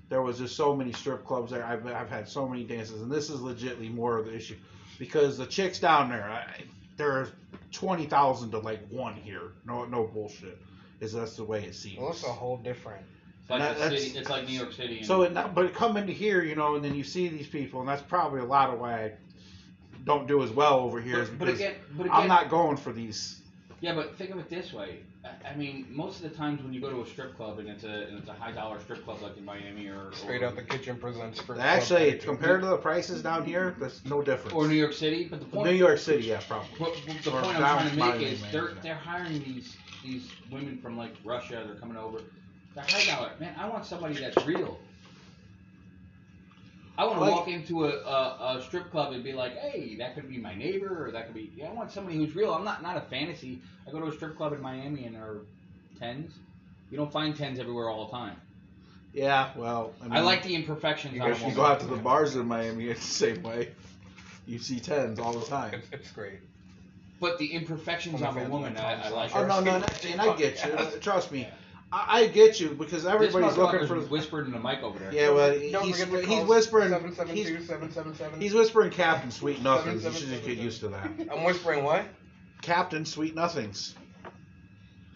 there was just so many strip clubs there. I've, I've had so many dances, and this is legitly more of the issue because the chicks down there, I, there's twenty thousand to like one here. No, no bullshit. Is that's the way it seems.
Well, it's a whole different.
It's like,
That-
the
that's-
city, it's like New York City. And,
So, it not, but come into here, you know, and then you see these people, and that's probably a lot of why I don't do as well over here. is
but, but
because
again, but again,
I'm not going for these.
Yeah, but think of it this way. I- I mean, most of the times when you go to a strip club and it's a and it's a high dollar strip club like in Miami or
Straight
or,
out the kitchen presents for
Actually, compared to the prices down here, that's no difference.
or New York City, but the
New
point
York City, yeah, probably.
but- but the
or
point I'm
down
trying to
Miami,
make is
man,
they're
yeah.
they're hiring these these women from like Russia. They're coming over. They're high dollar. Man, I want somebody that's real. I want to
Like-
walk into a, a, a strip club and be like, hey, that could be my neighbor, or that could be. Yeah, I want somebody who's real. I'm not not a fantasy. I go to a strip club in Miami and are tens. You don't find tens everywhere all the time.
Yeah, well,
I like the imperfections. on a
If you
woman.
go out to the bars in Miami, it's the same way. You see tens all the time.
It's, it's great.
but the imperfections
Oh, my
on a
God,
woman,
my
I, I
time's
like.
Oh no, no, no, and I get you. Trust me, I, I get you because
This
everybody's looking
motherfucker's
for. The,
whispering in the mic over there.
yeah, well,
Don't
he's,
forget to
he's
call
whispering. He's,
772 777.
he's whispering Captain Sweet Nothings. You
Seven,
should just
seven,
get used to that.
I'm whispering what?
Captain Sweet Nothings.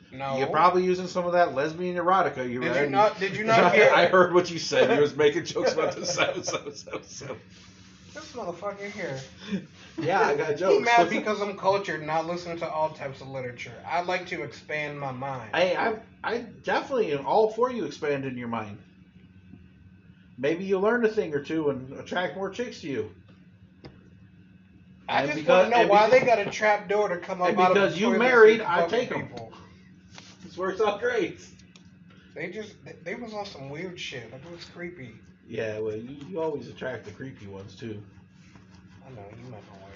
No.
You're probably using some of that lesbian erotica Oh. you
Did
read.
you not? Did you not hear?
I heard what you said. You was making jokes about the seven, seven, seven, seven.
This motherfucker here.
Yeah, I got
He
jokes.
mad because I'm cultured and I listen to all types of literature. I like to expand my mind.
Hey, I I definitely am all for you expanding your mind. Maybe you learn a thing or two and attract more chicks to you.
I
And
just
because-
want to know
and
why
because-
they got a trap door to come up
and
out of the
because you
toilet
married,
seat to
I
fucking
take 'em.
people.
This works out great.
They just they, they was on some weird shit. That was creepy.
Yeah, well, you, you always attract the creepy ones too.
I know you might know where.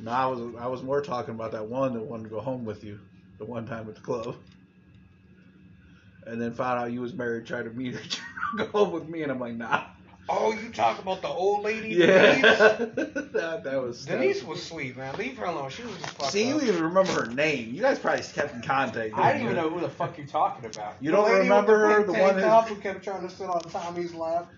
No, I was I was more talking about that one that wanted to go home with you, the one time at the club, and then found out you was married, tried to meet her, to go home with me, and I'm like, nah.
Oh, you talk about the old lady
Yeah,
Denise.
that, that was that
Denise was sweet, man. Leave her alone. She was just fucked
See, you
up.
don't even remember her name. You guys probably kept in contact.
I don't
didn't
even
you?
know who the fuck you're talking about.
You don't
lady with
remember her,
pink
the
tank
one
top
that
who kept trying to sit on Tommy's lap.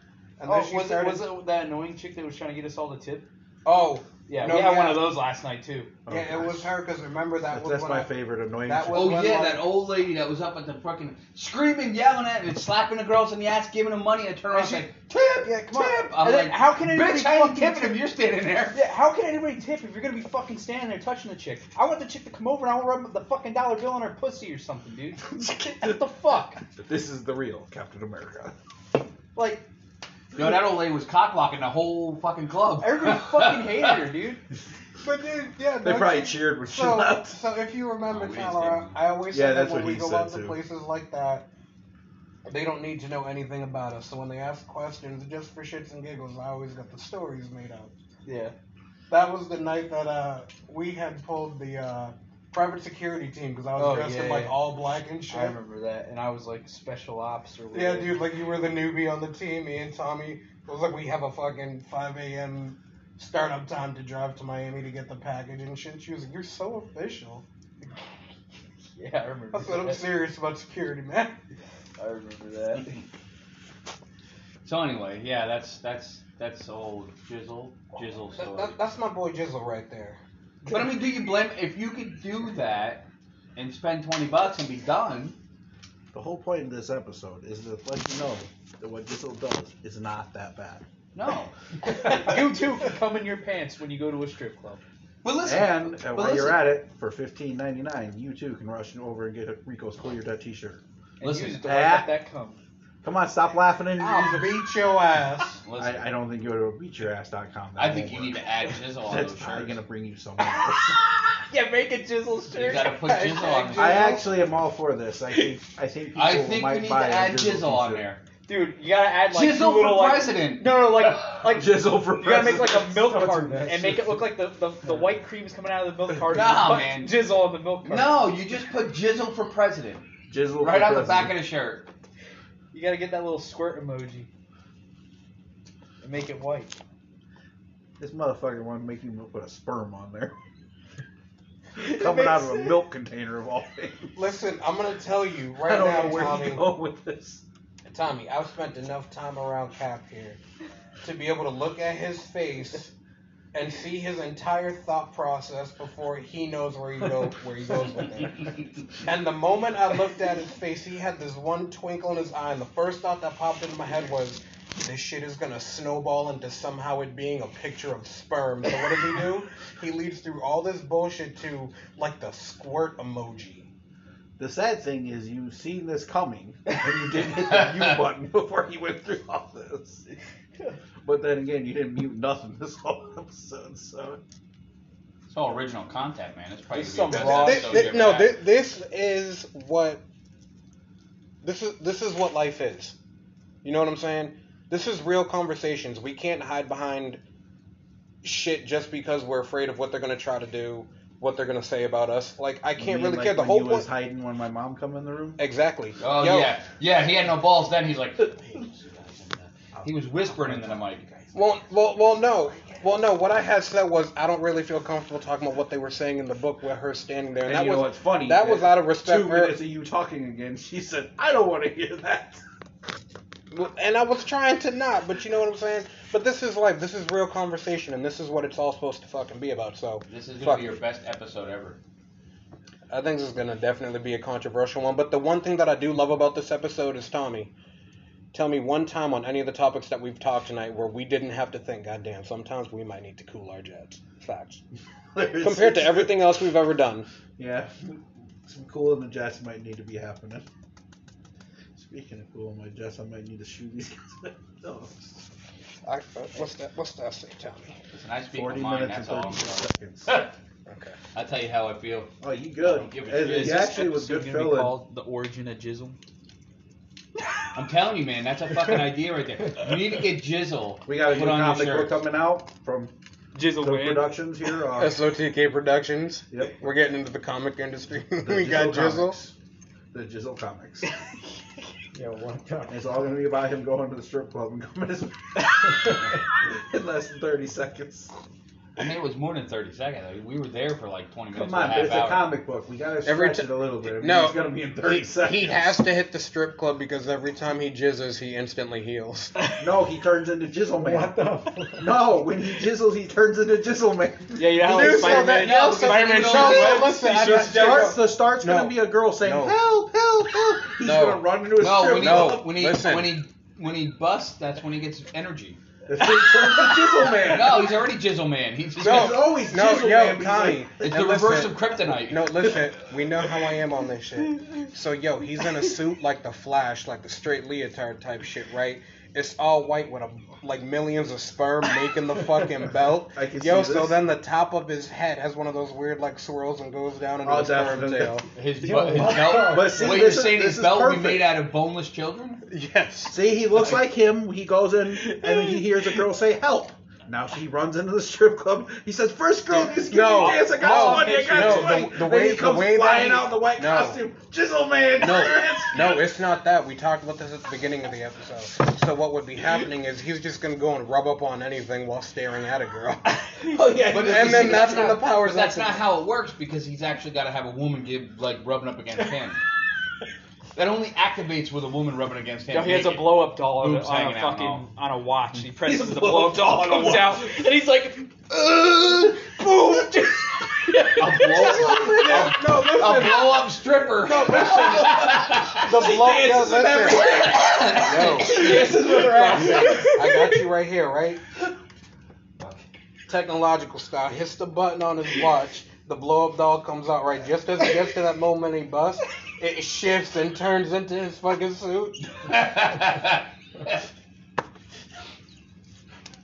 And then
Oh, was
she
it,
started-
was it that annoying chick that was trying to get us all the tip?
Oh,
Yeah,
No,
we had
yeah.
one of those last night too.
Oh,
yeah, it
gosh.
was her. Because remember that
That's,
was
that's
when
my
I-
favorite annoying.
that
chick.
was-
Oh
when
yeah,
one-
that old lady that was up at the fucking screaming, yelling at, and slapping the girls in the ass, giving them money. I turn around,
And she-
and like, tip,
Yeah, come on.
tip. I'm
And then
like,
how can anybody
bitch, I ain't
fucking
tipping
tip?
if you're standing there.
Yeah, how can anybody tip if you're gonna be fucking standing there touching the chick? I want the chick to come over and I want to rub the fucking dollar bill on her pussy or something, dude. what the fuck?
This is the real Captain America.
Like
No, that old lady was cocklocking the whole fucking club.
everybody fucking hated her, dude.
But dude, yeah,
They
no,
probably
she-
cheered when she
So,
left.
so if you remember,
Oh, we
Tyler,
didn't.
I always say
Yeah,
that
that's
when
what
we
he
go
said,
out to
too.
places like that, they don't need to know anything about us. So when they ask questions, just for shits and giggles, I always got the stories made up.
Yeah.
That was the night that uh, we had pulled the uh, private security team because I was
Oh,
dressed
yeah,
in like
yeah.
all black and shit.
I remember that, and I was like special ops or
Yeah,
whatever.
dude, like you were the newbie on the team. Me and Tommy it was like we have a fucking 5 a.m. startup time to drive to Miami to get the package and shit. She was like, "You're so official."
Yeah, I remember.
I said, "I'm
that.
serious about security, man."
I remember that.
So anyway, yeah, that's that's that's old jizzle jizzle
That,
story.
that, that's my boy Jizzle right there.
But I mean, do you blame if you could do that and spend twenty bucks and be done?
The whole point of this episode is to let you know that what Gissel does is not that bad.
No.
you too can come in your pants when you go to a strip club.
But listen,
And uh,
but
while you're
listen-
at it, for fifteen ninety nine, you too can rush over and get a Rico's Cool Your Dead T-shirt.
And
Listen,
use it to wipe
that-
up that cum.
Come on, stop laughing and
I'll beat your ass.
listen,
I, I don't think you go to beatyourass.com.
I think you need to add jizzle on
That's
those
probably
shirts.
gonna bring you somewhere. else.
Yeah, make a jizzle
You gotta put jizzle on.
I
The shirt.
actually am all for this. I think I think people
I think
might
we need to
buy a
add jizzle on
t-shirt.
there.
Dude, you gotta add like two little
jizzle for
like
president.
no, no, like like
Jizzle for
you gotta make like a
president.
milk
Someone's
carton
mad.
and make it look like the, the, the white cream is coming out of the milk carton.
Nah,
Put
man.
Jizzle on the milk carton.
No, you just put jizzle for president
Jizzle
right
for
on the back
president.
of the shirt.
You gotta get that little squirt emoji. And make it white.
This motherfucker wanted to make you put a sperm on there, coming out of a milk container of all things.
Listen, I'm gonna tell you
I
right
don't
now,
know where
Tommy.
you
Oh,
go with this.
Tommy, I've spent enough time around Cap here to be able to look at his face and see his entire thought process before he knows where he go where he goes with it. And the moment I looked at his face, he had this one twinkle in his eye, and the first thought that popped into my head was, "This shit is gonna snowball into somehow it being a picture of sperm." So what does he do? He leads through all this bullshit to like the squirt emoji.
The sad thing is, you seen this coming, and you didn't hit the mute button before you went through all this. But then again, you didn't mute nothing this whole episode, so
It's all original content, man. It's probably
There's
gonna be
some
the
raw-
best
Thi-
episode
thi-
you ever
no,
had.
thi- this is what this is. This is what life is. You know what I'm saying? This is real conversations. We can't hide behind shit just because we're afraid of what they're gonna try to do what they're gonna say about us. Like I
You
can't
mean
really
like
care. The
when
whole
you
point.
was hiding when my mom come in the room.
Exactly.
Oh
Yo,
yeah, yeah. He had no balls then. He's like, he was whispering into the mic.
Well, well, well, no, well, no. What I had said was I don't really feel comfortable talking about what they were saying in the book with her standing there, and,
And
that
you
was
know what's funny?
that was out of respect
two
for her.
minutes of you talking again. She said, "I don't want to hear that."
And I was trying to not, but you know what I'm saying. But this is life. This is real conversation, and this is what it's all supposed to fucking be about. So
This is gonna
Fuck.
be your best episode ever.
I think this is gonna definitely be a controversial one. But the one thing that I do love about this episode is Tommy. Tell me one time on any of the topics that we've talked tonight where we didn't have to think. Goddamn, sometimes we might need to cool our jets. Facts. Compared to everything else we've ever done.
Yeah. Some cool in the jets might need to be happening. Speaking of cool in my jets, I might need to shoot these guys. no.
I, uh, what's that? What's that say, Tommy?
Listen, I speak my
40
mind.
minutes and
That's all.
36
I'm
seconds.
gonna-
Okay.
I tell you how I feel.
Oh, you
I
good.
don't give a
As-
shit.
He
Is this
actually was good
gonna be
filling.
called the origin of jism.
I'm telling you, man, that's a fucking idea right there. You need to get Jizzle.
We got a
put
new
on your
comic book
shirt.
coming out from
Jizzle
Coke
win.
Productions here. Uh,
SOTK Productions.
Yep.
We're getting into the comic industry.
the
we got Jizzle.
Comics. The Jizzle comics.
Yeah, one
And
time.
It's all going to be about him going to the strip club and coming his in less than 30 seconds.
I mean, it was more than 30 seconds. I mean, we were there for like 20 minutes.
Come on, but
to a half
it's
hour.
a comic book. We got to
Every
stretch
ti-
it a little bit. I mean,
No.
It's going to be in 30
He-
seconds.
he has to hit the strip club because every time he jizzes, he instantly heals.
No, he turns into Jizzle Man.
What the? Fuck?
No, when he jizzles, he turns into Jizzle Man.
Yeah, you know how
Dude,
like
so that-
Spider-Man.
no, so-
Spider-Man
no,
shows
no,
up.
listen,
he
I'm
shoots
not-
Jacob.
Starts, the start's
No.
gonna be a girl saying,
No.
"Help! Help! Help!" He's
No.
gonna run into a
No,
strip
when he,
No,
when, he,
listen.
when he when he busts, that's when he gets energy.
That's when he turns to Jizzle Man.
No, he's already Jizzle Man. He's just
He's
No.
always
No,
Jizzle
yo,
Man. but he's
Tommy.
like-
it's
And
the reverse
listen.
of kryptonite.
No, listen, we know how I am on this shit. So, yo, he's in a suit like the Flash, like the straight leotard type shit, right? It's all white with a, like millions of sperm making the fucking belt.
I can
Yo,
see
so
this.
then the top of his head has one of those weird like swirls and goes down into
Oh,
a sperm
definitely.
tail.
His, bu-
Yo,
his
wow.
belt.
But see,
what
this
you're
is-
saying
this
his
is
belt would
perfect.
be made out of boneless children?
Yes.
See, he looks like him. He goes in and he hears a girl say, "Help!" Now she runs into the strip club. He says, first girl gives me
No,
a chance. I got
no,
money. I got
no,
money."
the- the
Then
way-
he
the
comes
way that
flying
he-
out in the white
no.
costume. Jizzle Man.
No, no, it's not that. We talked about this at the beginning of the episode. So what would be happening is he's just gonna go and rub up on anything while staring at a girl.
Oh yeah.
But
he-
and then
see,
that's
that's
when the
not-
powers
But that's
up.
not how it works because he's actually got to have a woman give like rubbing up against him. that only activates with a woman rubbing against him.
Yo, he has a
Naked.
blow up doll on, a-
Boobs
on
hanging
a
out
fucking
and
on a watch. He presses
He's
the
a
blow up doll,
blow-up
comes
doll.
out, and he's like, "Ugh, boom.
A blow,
no, listen.
a blow up stripper.
The blow, yo,
dances and
listen. Yo,
dances with her ass.
Oh. I got you right here, right? Technological style. Hits the button on his watch. The blow up doll comes out right just as it gets to that moment he busts. It shifts and turns into his fucking suit.
but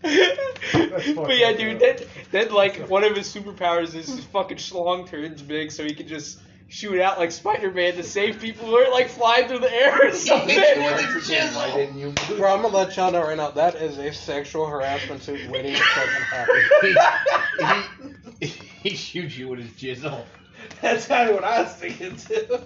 yeah,
fucked
dude,
up.
that then like one of his superpowers is his fucking schlong turns big, so he can just shoot out like Spider-Man to save people who are like flying through the air or something.
Why didn't you?
Bro, I'm gonna let y'all know right now that is a sexual harassment suit waiting to fucking happen.
he, he shoots you with his jizzle.
That's kind of what I was thinking too.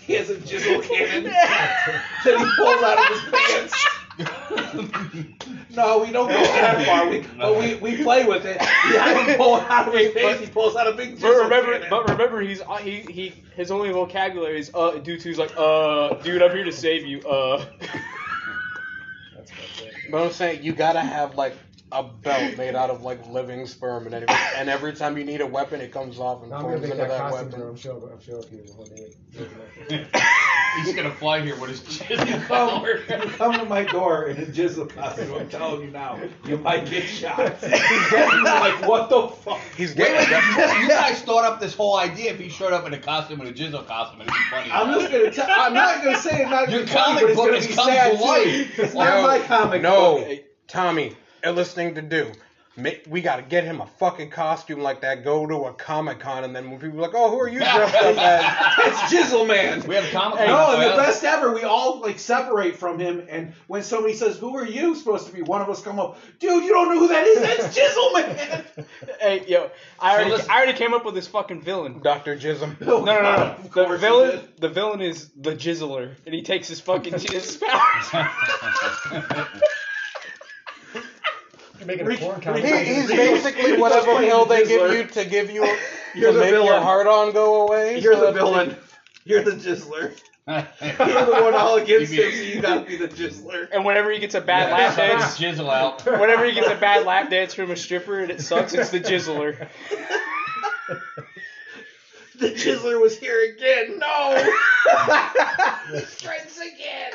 He has a jizzle cannon that he pulls out of his pants. No, we don't go that far. We but we, we play with it. He doesn't pull it out of his pants. He pulls out a big
But
jizzle
remember,
cannon.
but remember, he's uh, he he his only vocabulary is uh, due to he's like uh, dude, I'm here to save you. Uh,
That's fucked up.
But I'm saying you gotta have like a belt made out of like living sperm, and every, and every time you need a weapon, it comes off and
No, I'm gonna
forms
make
into
that
that
costume,
weapon.
bro. I'm sure, I'm sure people one day.
He's gonna fly here with his jizzle
Come,
power.
come to my door in a jizzle costume. I'm telling you now, you might get shot. You're like, what the fuck?
He's
Wait, wait,
getting.
you guys thought up this whole idea if he showed up in a costume with a jizzle costume. It'd be funny.
I'm just gonna tell. I'm not gonna say it's not gonna
Your
be funny, but it's
comic book
gonna
has
be
come to
sad too.
life.
It's not
No,
my comic
no,
book.
Tommy, illustrating to do. Ma- We got to get him a fucking costume like that. Go to a comic con, and then when people are like, "Oh, who are you dressed up as?"
It's Jizzle Man.
We have comic.
Hey,
no,
Con,
and the
well,
best ever, we all like separate from him, and when somebody says, "Who are you?" supposed to be one of us come up, dude, you don't know who that is? That's Jizzle Man.
Hey, yo, I
So
already,
listen-
I already came up with this fucking villain.
Doctor Jism.
No, no, no,
Oh, Of
no.
course
The
he
villain,
did.
the villain is the Jizzler, and he takes his fucking his powers.
You're making
Re-
a porn
re-
comic.
He, he's basically whatever
Just
pill they give
Jizzler.
you to give you
You're
to
the
make your
villain.
heart on go away.
You're
so
the
that-
villain. You're the Jizzler. You're the one all against him, so you gotta be the Jizzler.
And whenever he gets a bad
Yeah,
lap
suck
dance,
his jizzle out.
whenever he gets a bad lap dance from a stripper and it sucks, it's the Jizzler.
The Jizzler was here again. No.
Friends again.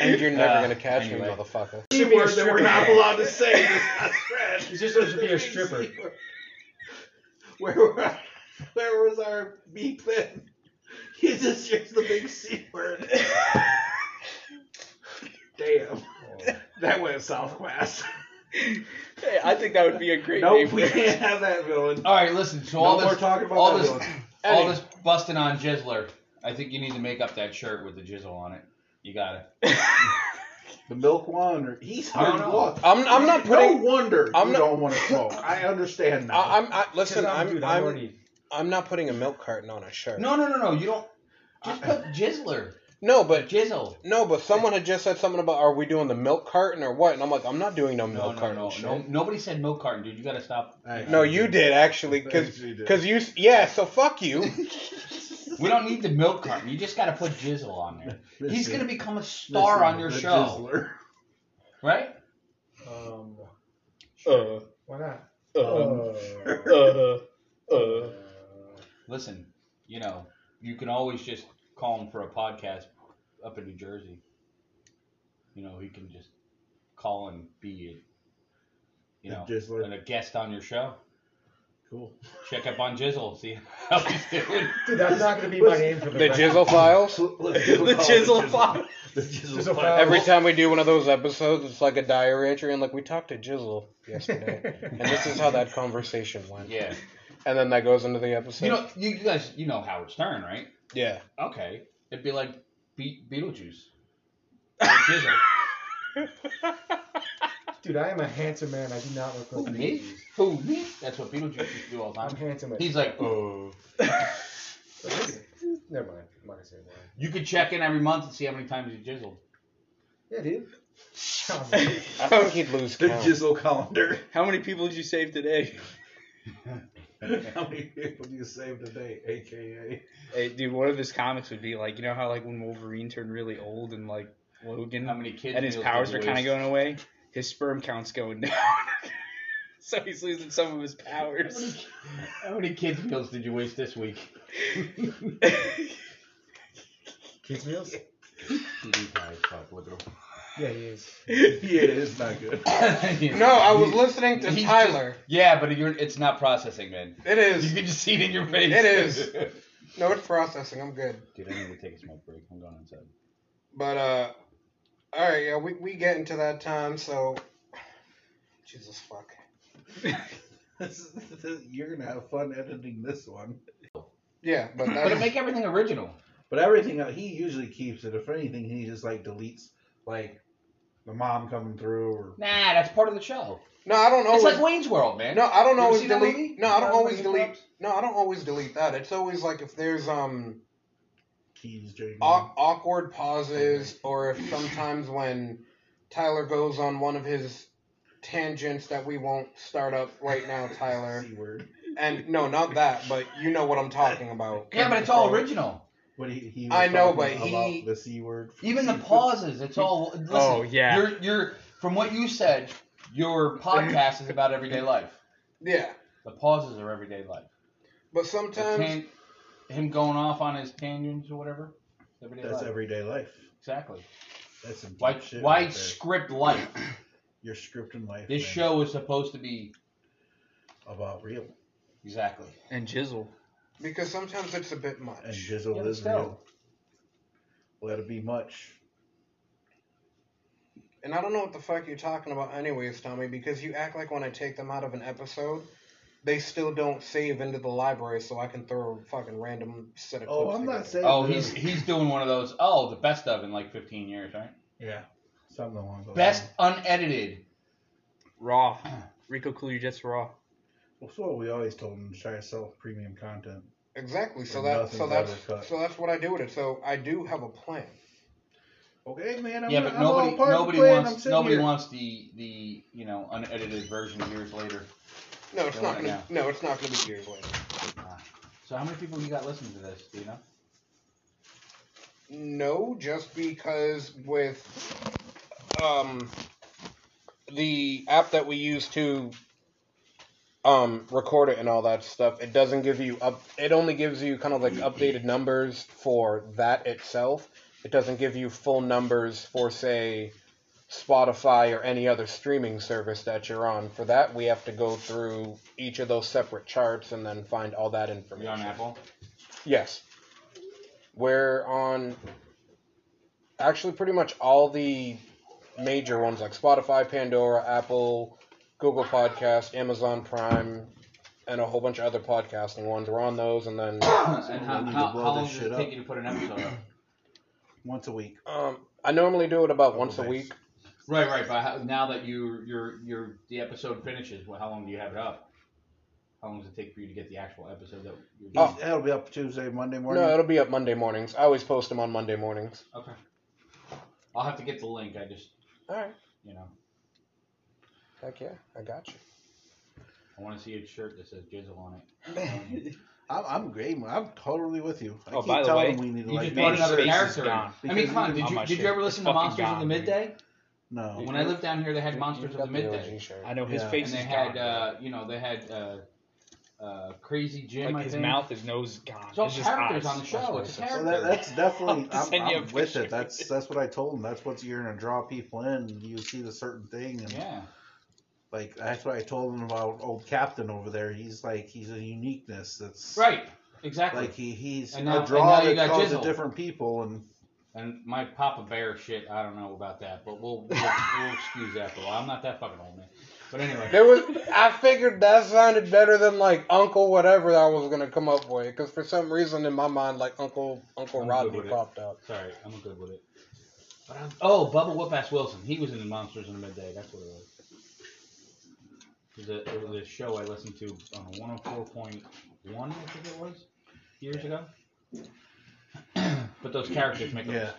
And you're never
Uh,
gonna catch
anyway.
me, motherfucker.
C word that we're not allowed to say. This not spread.
He's just supposed to be a stripper.
Where were, where was our beep then? He just used the big C word. Damn, that went southwest.
Hey, I think that would be a great name.
Nope,
for
we
it.
can't have that villain.
All right, listen. So
no
all
more
this,
talking about
all
that
this,
villain.
all
Hey.
this busting on Jizzler. I think you need to make up that shirt with the jizzle on it. You got it.
The milk wander. He's hard
know.
luck.
I'm I'm not putting.
No wonder
I'm
you
not-
don't want to smoke. I understand now.
I, I'm I, listen.
I'm,
I'm
dude, I'm,
I'm,
already.
I'm not putting a milk carton on a shirt.
No, no, no, no. You don't. Just put jizzler.
no,
But
but
jizzle.
no, but someone had just said something about are we doing the milk carton or what? And I'm like, I'm not doing no
No,
milk
no,
carton
no,
shit.
no. Nobody said milk carton, dude. You got to stop.
I-
No, you did actually, because
Actually did.
you s- yeah. So fuck you.
We don't need the milk carton. You just got to put jizzle on there. He's
Listen,
gonna become a star
listen,
on your
the
show,
Jizzler.
right?
Um,
Uh,
why not?
uh,
Uh,
Uh-huh.
uh, uh.
Listen, you know, you can always just call him for a podcast up in New Jersey. You know, he can just call and be, you know,
The Jizzler.
and a guest on your show.
Cool.
Check up on Jizzle, see how he's doing.
dude, that's not gonna be my
Listen,
name for the,
The
rest-
jizzle files.
The Jizzle File.
The Jizzle,
Jizzle
File.
File.
Every time we do one of those episodes, it's like a diary entry, and like we talked to Jizzle yesterday, and this is how that conversation went.
Yeah,
And then that goes into the episode.
you know, you guys, you know Howard Stern, right?
yeah.
Okay, it'd be like Be- Beetlejuice. Or Jizzle.
Dude, I am a handsome man. I do not look
Who
like
me? Who me? That's what Beetlejuice used to do all the
I'm
time.
handsome.
He's like, oh.
Never mind. I'm not gonna say that.
You could check in every month and see how many times you jizzled.
Yeah, dude.
I think he'd lose
The
count.
Jizzle calendar.
How many people did you save today?
How many people do you save today, aka?
Hey, dude, one of his comics would be like, you know how like when Wolverine turned really old and like Logan
How many kids?
and his
meals
powers are
did you
kind of
waste?
going away, his sperm count's going down. so he's losing some of his powers.
How many kids meals did you waste this week?
Kids meals? Yeah, he is.
yeah, it's not good.
No, I was listening to
He's
Tyler.
Yeah, but you're, it's not processing, man.
It
You
is.
can just see it in your face.
It is. No, it's processing. I'm good.
Dude, I need to take a smoke break. I'm going inside.
But uh, all right, yeah, we we get into that time. So, Jesus fuck.
This is, this, you're gonna have fun editing this one.
Yeah, but
But it
that's,
make everything original.
But everything else, he usually keeps it. If anything, he just like deletes like the mom coming through or
Nah, that's part of the show.
no, I don't
it's
always.
like Wayne's World, man.
no, I don't
You ever
always
seen that
delete.
movie?
No, I don't
Robert
always
Wayne's
delete.
World?
No, I don't always delete that. It's always like if there's um.
keys during.
Mm-hmm.
aw- awkward pauses, or if sometimes when Tyler goes on one of his tangents that we won't start up right now, Tyler.
C word.
And no, not that, but you know what I'm talking about.
Yeah, but it's all original.
What he, he
I
was
know,
talking
but he-
about the c word.
Even the pauses, it's all. Listen,
Oh, yeah.
You're, you're, from what you said, your podcast is about everyday life.
Yeah,
The pauses are everyday life.
but
The
sometimes
tan- him going off on his tangents or whatever. it's Everyday
That's
life.
everyday life.
exactly.
That's some deep
Why,
shit
why
right there.
script life?
You're scripting life.
This
man,
show is supposed to be
about real
exactly.
and Jizzle.
because sometimes it's a bit
and
much.
jizzle
Yeah, but
is
still.
real. Let it be much.
And I don't know what the fuck you're talking about, anyways, Tommy, because you act like when I take them out of an episode, they still don't save into the library, so I can throw a fucking random set of.
Oh,
clips
I'm not
together.
saying.
Oh,
that.
he's he's doing one of those. Oh, the best of in like 15 years, right?
yeah, something along those
Best
lines.
unedited.
Raw. Rico Coolidge's Raw.
Well, so what we always told him to try to sell premium content.
Exactly. So
And
that so
nothing's
that's
ever cut.
so that's what I do with it. So I do have a plan.
Okay, man. I'm
yeah,
not-
but
I'm all
nobody
part of the
nobody
plan, I'm
wants
sitting
nobody
here.
wants the the you know unedited version years later.
No, it's
Yeah,
not
right
gonna. No, it's not gonna be years later.
So how many people you got listening to this? Do you know?
No, just because with um the app that we use to um record it and all that stuff, it doesn't give you up it only gives you kind of like updated numbers for that itself. It doesn't give you full numbers for say Spotify or any other streaming service that you're on. For that, we have to go through each of those separate charts and then find all that information.
You on Apple?
Yes. We're on actually pretty much all the major ones like Spotify, Pandora, Apple, Google Podcast, Amazon Prime, and a whole bunch of other podcasting ones. We're on those, and then
and how,
we need to
how, how
blow
long
this
does
shit
it
up.
take you to put an episode up?
Once a week.
um, I normally do it about
Couple
once a
days.
week.
Right, right. But how, now that you your your the episode finishes, well, how long do you have it up? How long does it take for you to get the actual episode that you're
Oh.
That'll be up Tuesday, Monday morning.
No, it'll be up Monday mornings. I always post them on Monday mornings.
Okay. I'll have to get the link. I just
All right.
you know
Heck yeah, I got you.
I want to see a shirt that says Jizzle on it.
I'm, I'm great, man. I'm totally with you. I
Oh,
keep
by the
telling
way,
him we need to
You
like
just brought
Man's
another
face is
character. in.
gone.
I mean, come on. Did
On my
you did you
shit.
ever
It's
listen to
fucking
Monsters of
gone,
the
dude.
Midday?
no.
When I lived down here, they had Monsters
You've got the
of the Midday,
OG shirt.
I know his
Yeah.
face
and
is
they
gone.
had uh, you know they had uh, uh, Crazy Jim. I
like his
think.
mouth, his nose is gone.
It's all
it's just
characters
eyes.
on the show. It's a
So
character.
that, that's definitely
I'll
I'm,
send you a
I'm with
picture.
it. That's that's what I told him. That's what you're gonna draw people in. You see the certain thing, and
yeah.
like that's what I told him about old Captain over there. He's like he's a uniqueness. That's
Right. Exactly.
Like he, he's
And now-
a
and
draw
now you
that
got
draws
Jizzle.
to different people, and
And my Papa Bear shit, I don't know about that, but we'll, we'll, we'll excuse that for a while. I'm not that fucking old man. But anyway,
There was. I figured that sounded better than like Uncle whatever I was gonna come up with, because for some reason in my mind like Uncle Uncle
I'm
Rodney
good with it.
popped up.
sorry, I'm good with it. But I'm, oh, Bubba Whoopass Wilson, he was in the Monsters in the Midday. That's what it was. It was a, it was a show I listened to on 104.1, I think it was, years ago. but those characters make
yeah.
up,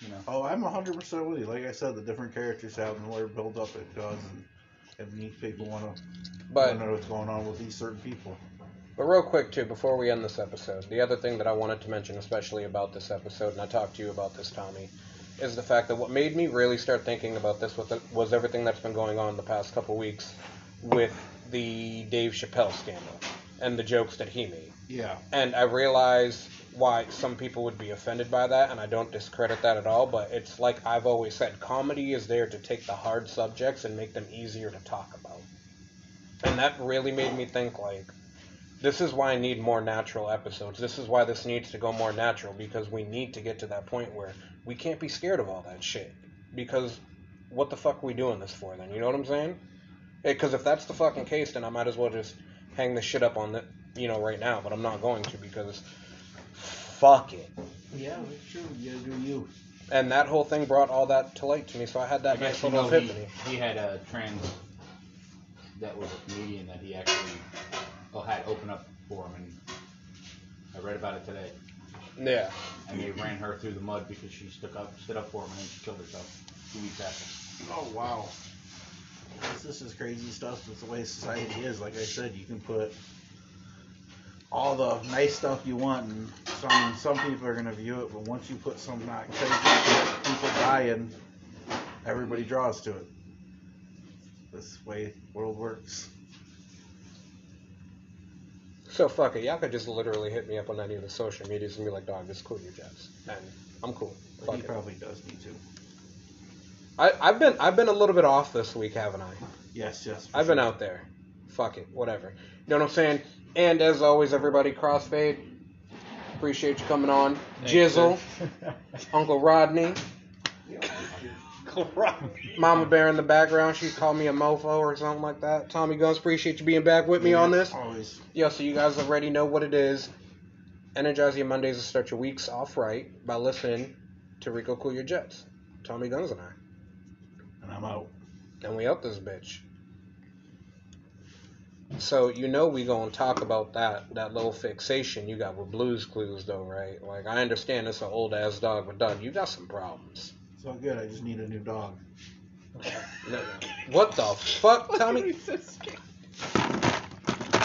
you know.
Oh, I'm 100 percent with you. Like I said, the different characters have and their build up it does, and and these people want to
But
Mm-hmm.
know what's going on with these certain people.
but real quick too, before we end this episode, the other thing that I wanted to mention, especially about this episode, and I talked to you about this, Tommy, is the fact that what made me really start thinking about this was, was everything that's been going on the past couple weeks with the Dave Chappelle scandal and the jokes that he made.
Yeah.
and I realize why some people would be offended by that, and I don't discredit that at all. But it's like I've always said, comedy is there to take the hard subjects and make them easier to talk about, and that really made me think like. This is why I need more natural episodes. This is why this needs to go more natural because we need to get to that point where we can't be scared of all that shit. Because what the fuck are we doing this for then? You know what I'm saying? Because if that's the fucking case, then I might as well just hang this shit up on the, you know, right now, but I'm not going to because fuck it.
Yeah, that's true. You gotta do you.
And that whole thing brought all that to light to me, so I had
I
that nice
guess you
little
know he,
epiphany.
he had a trans that was a comedian that he actually oh, had open up for him, and I read about it today.
Yeah.
And they ran her through the mud because she stuck up, stood up for him, and then she killed herself two weeks after.
Oh wow. This, this is crazy stuff. That's the way society is. Like I said, you can put all the nice stuff you want, and some some people are gonna view it. But once you put some not crazy shit, people dying, everybody draws to it. This way world works.
So fuck it. Y'all could just literally hit me up on any of the social medias and be like, dog, just cool your jets. And I'm cool.
But
Fuck
he
it.
probably does need to.
I, I've been I've been a little bit off this week, haven't I?
Yes, yes. for
I've been
sure.
out there. Fuck it, whatever. You know what I'm saying? And as always, everybody, Crossfade, appreciate you coming on.
Thank you,
Jizzle,
sir.
Uncle Rodney, Mama Bear in the background, she called me a mofo or something like that. Tommy Guns, appreciate you being back with me on this.
Always.
Yo, so you guys already know what it is. Energize your Mondays to start your weeks off right by listening to Rico Cool Your Jets. Tommy Guns and I.
And I'm out.
And we up this bitch. So you know we gonna talk about that that little fixation you got with Blues Clues though, right? Like I understand it's an old ass dog, but Doug, you got some problems.
It's all good. I just need a new dog.
What the fuck, Tommy?
so scared.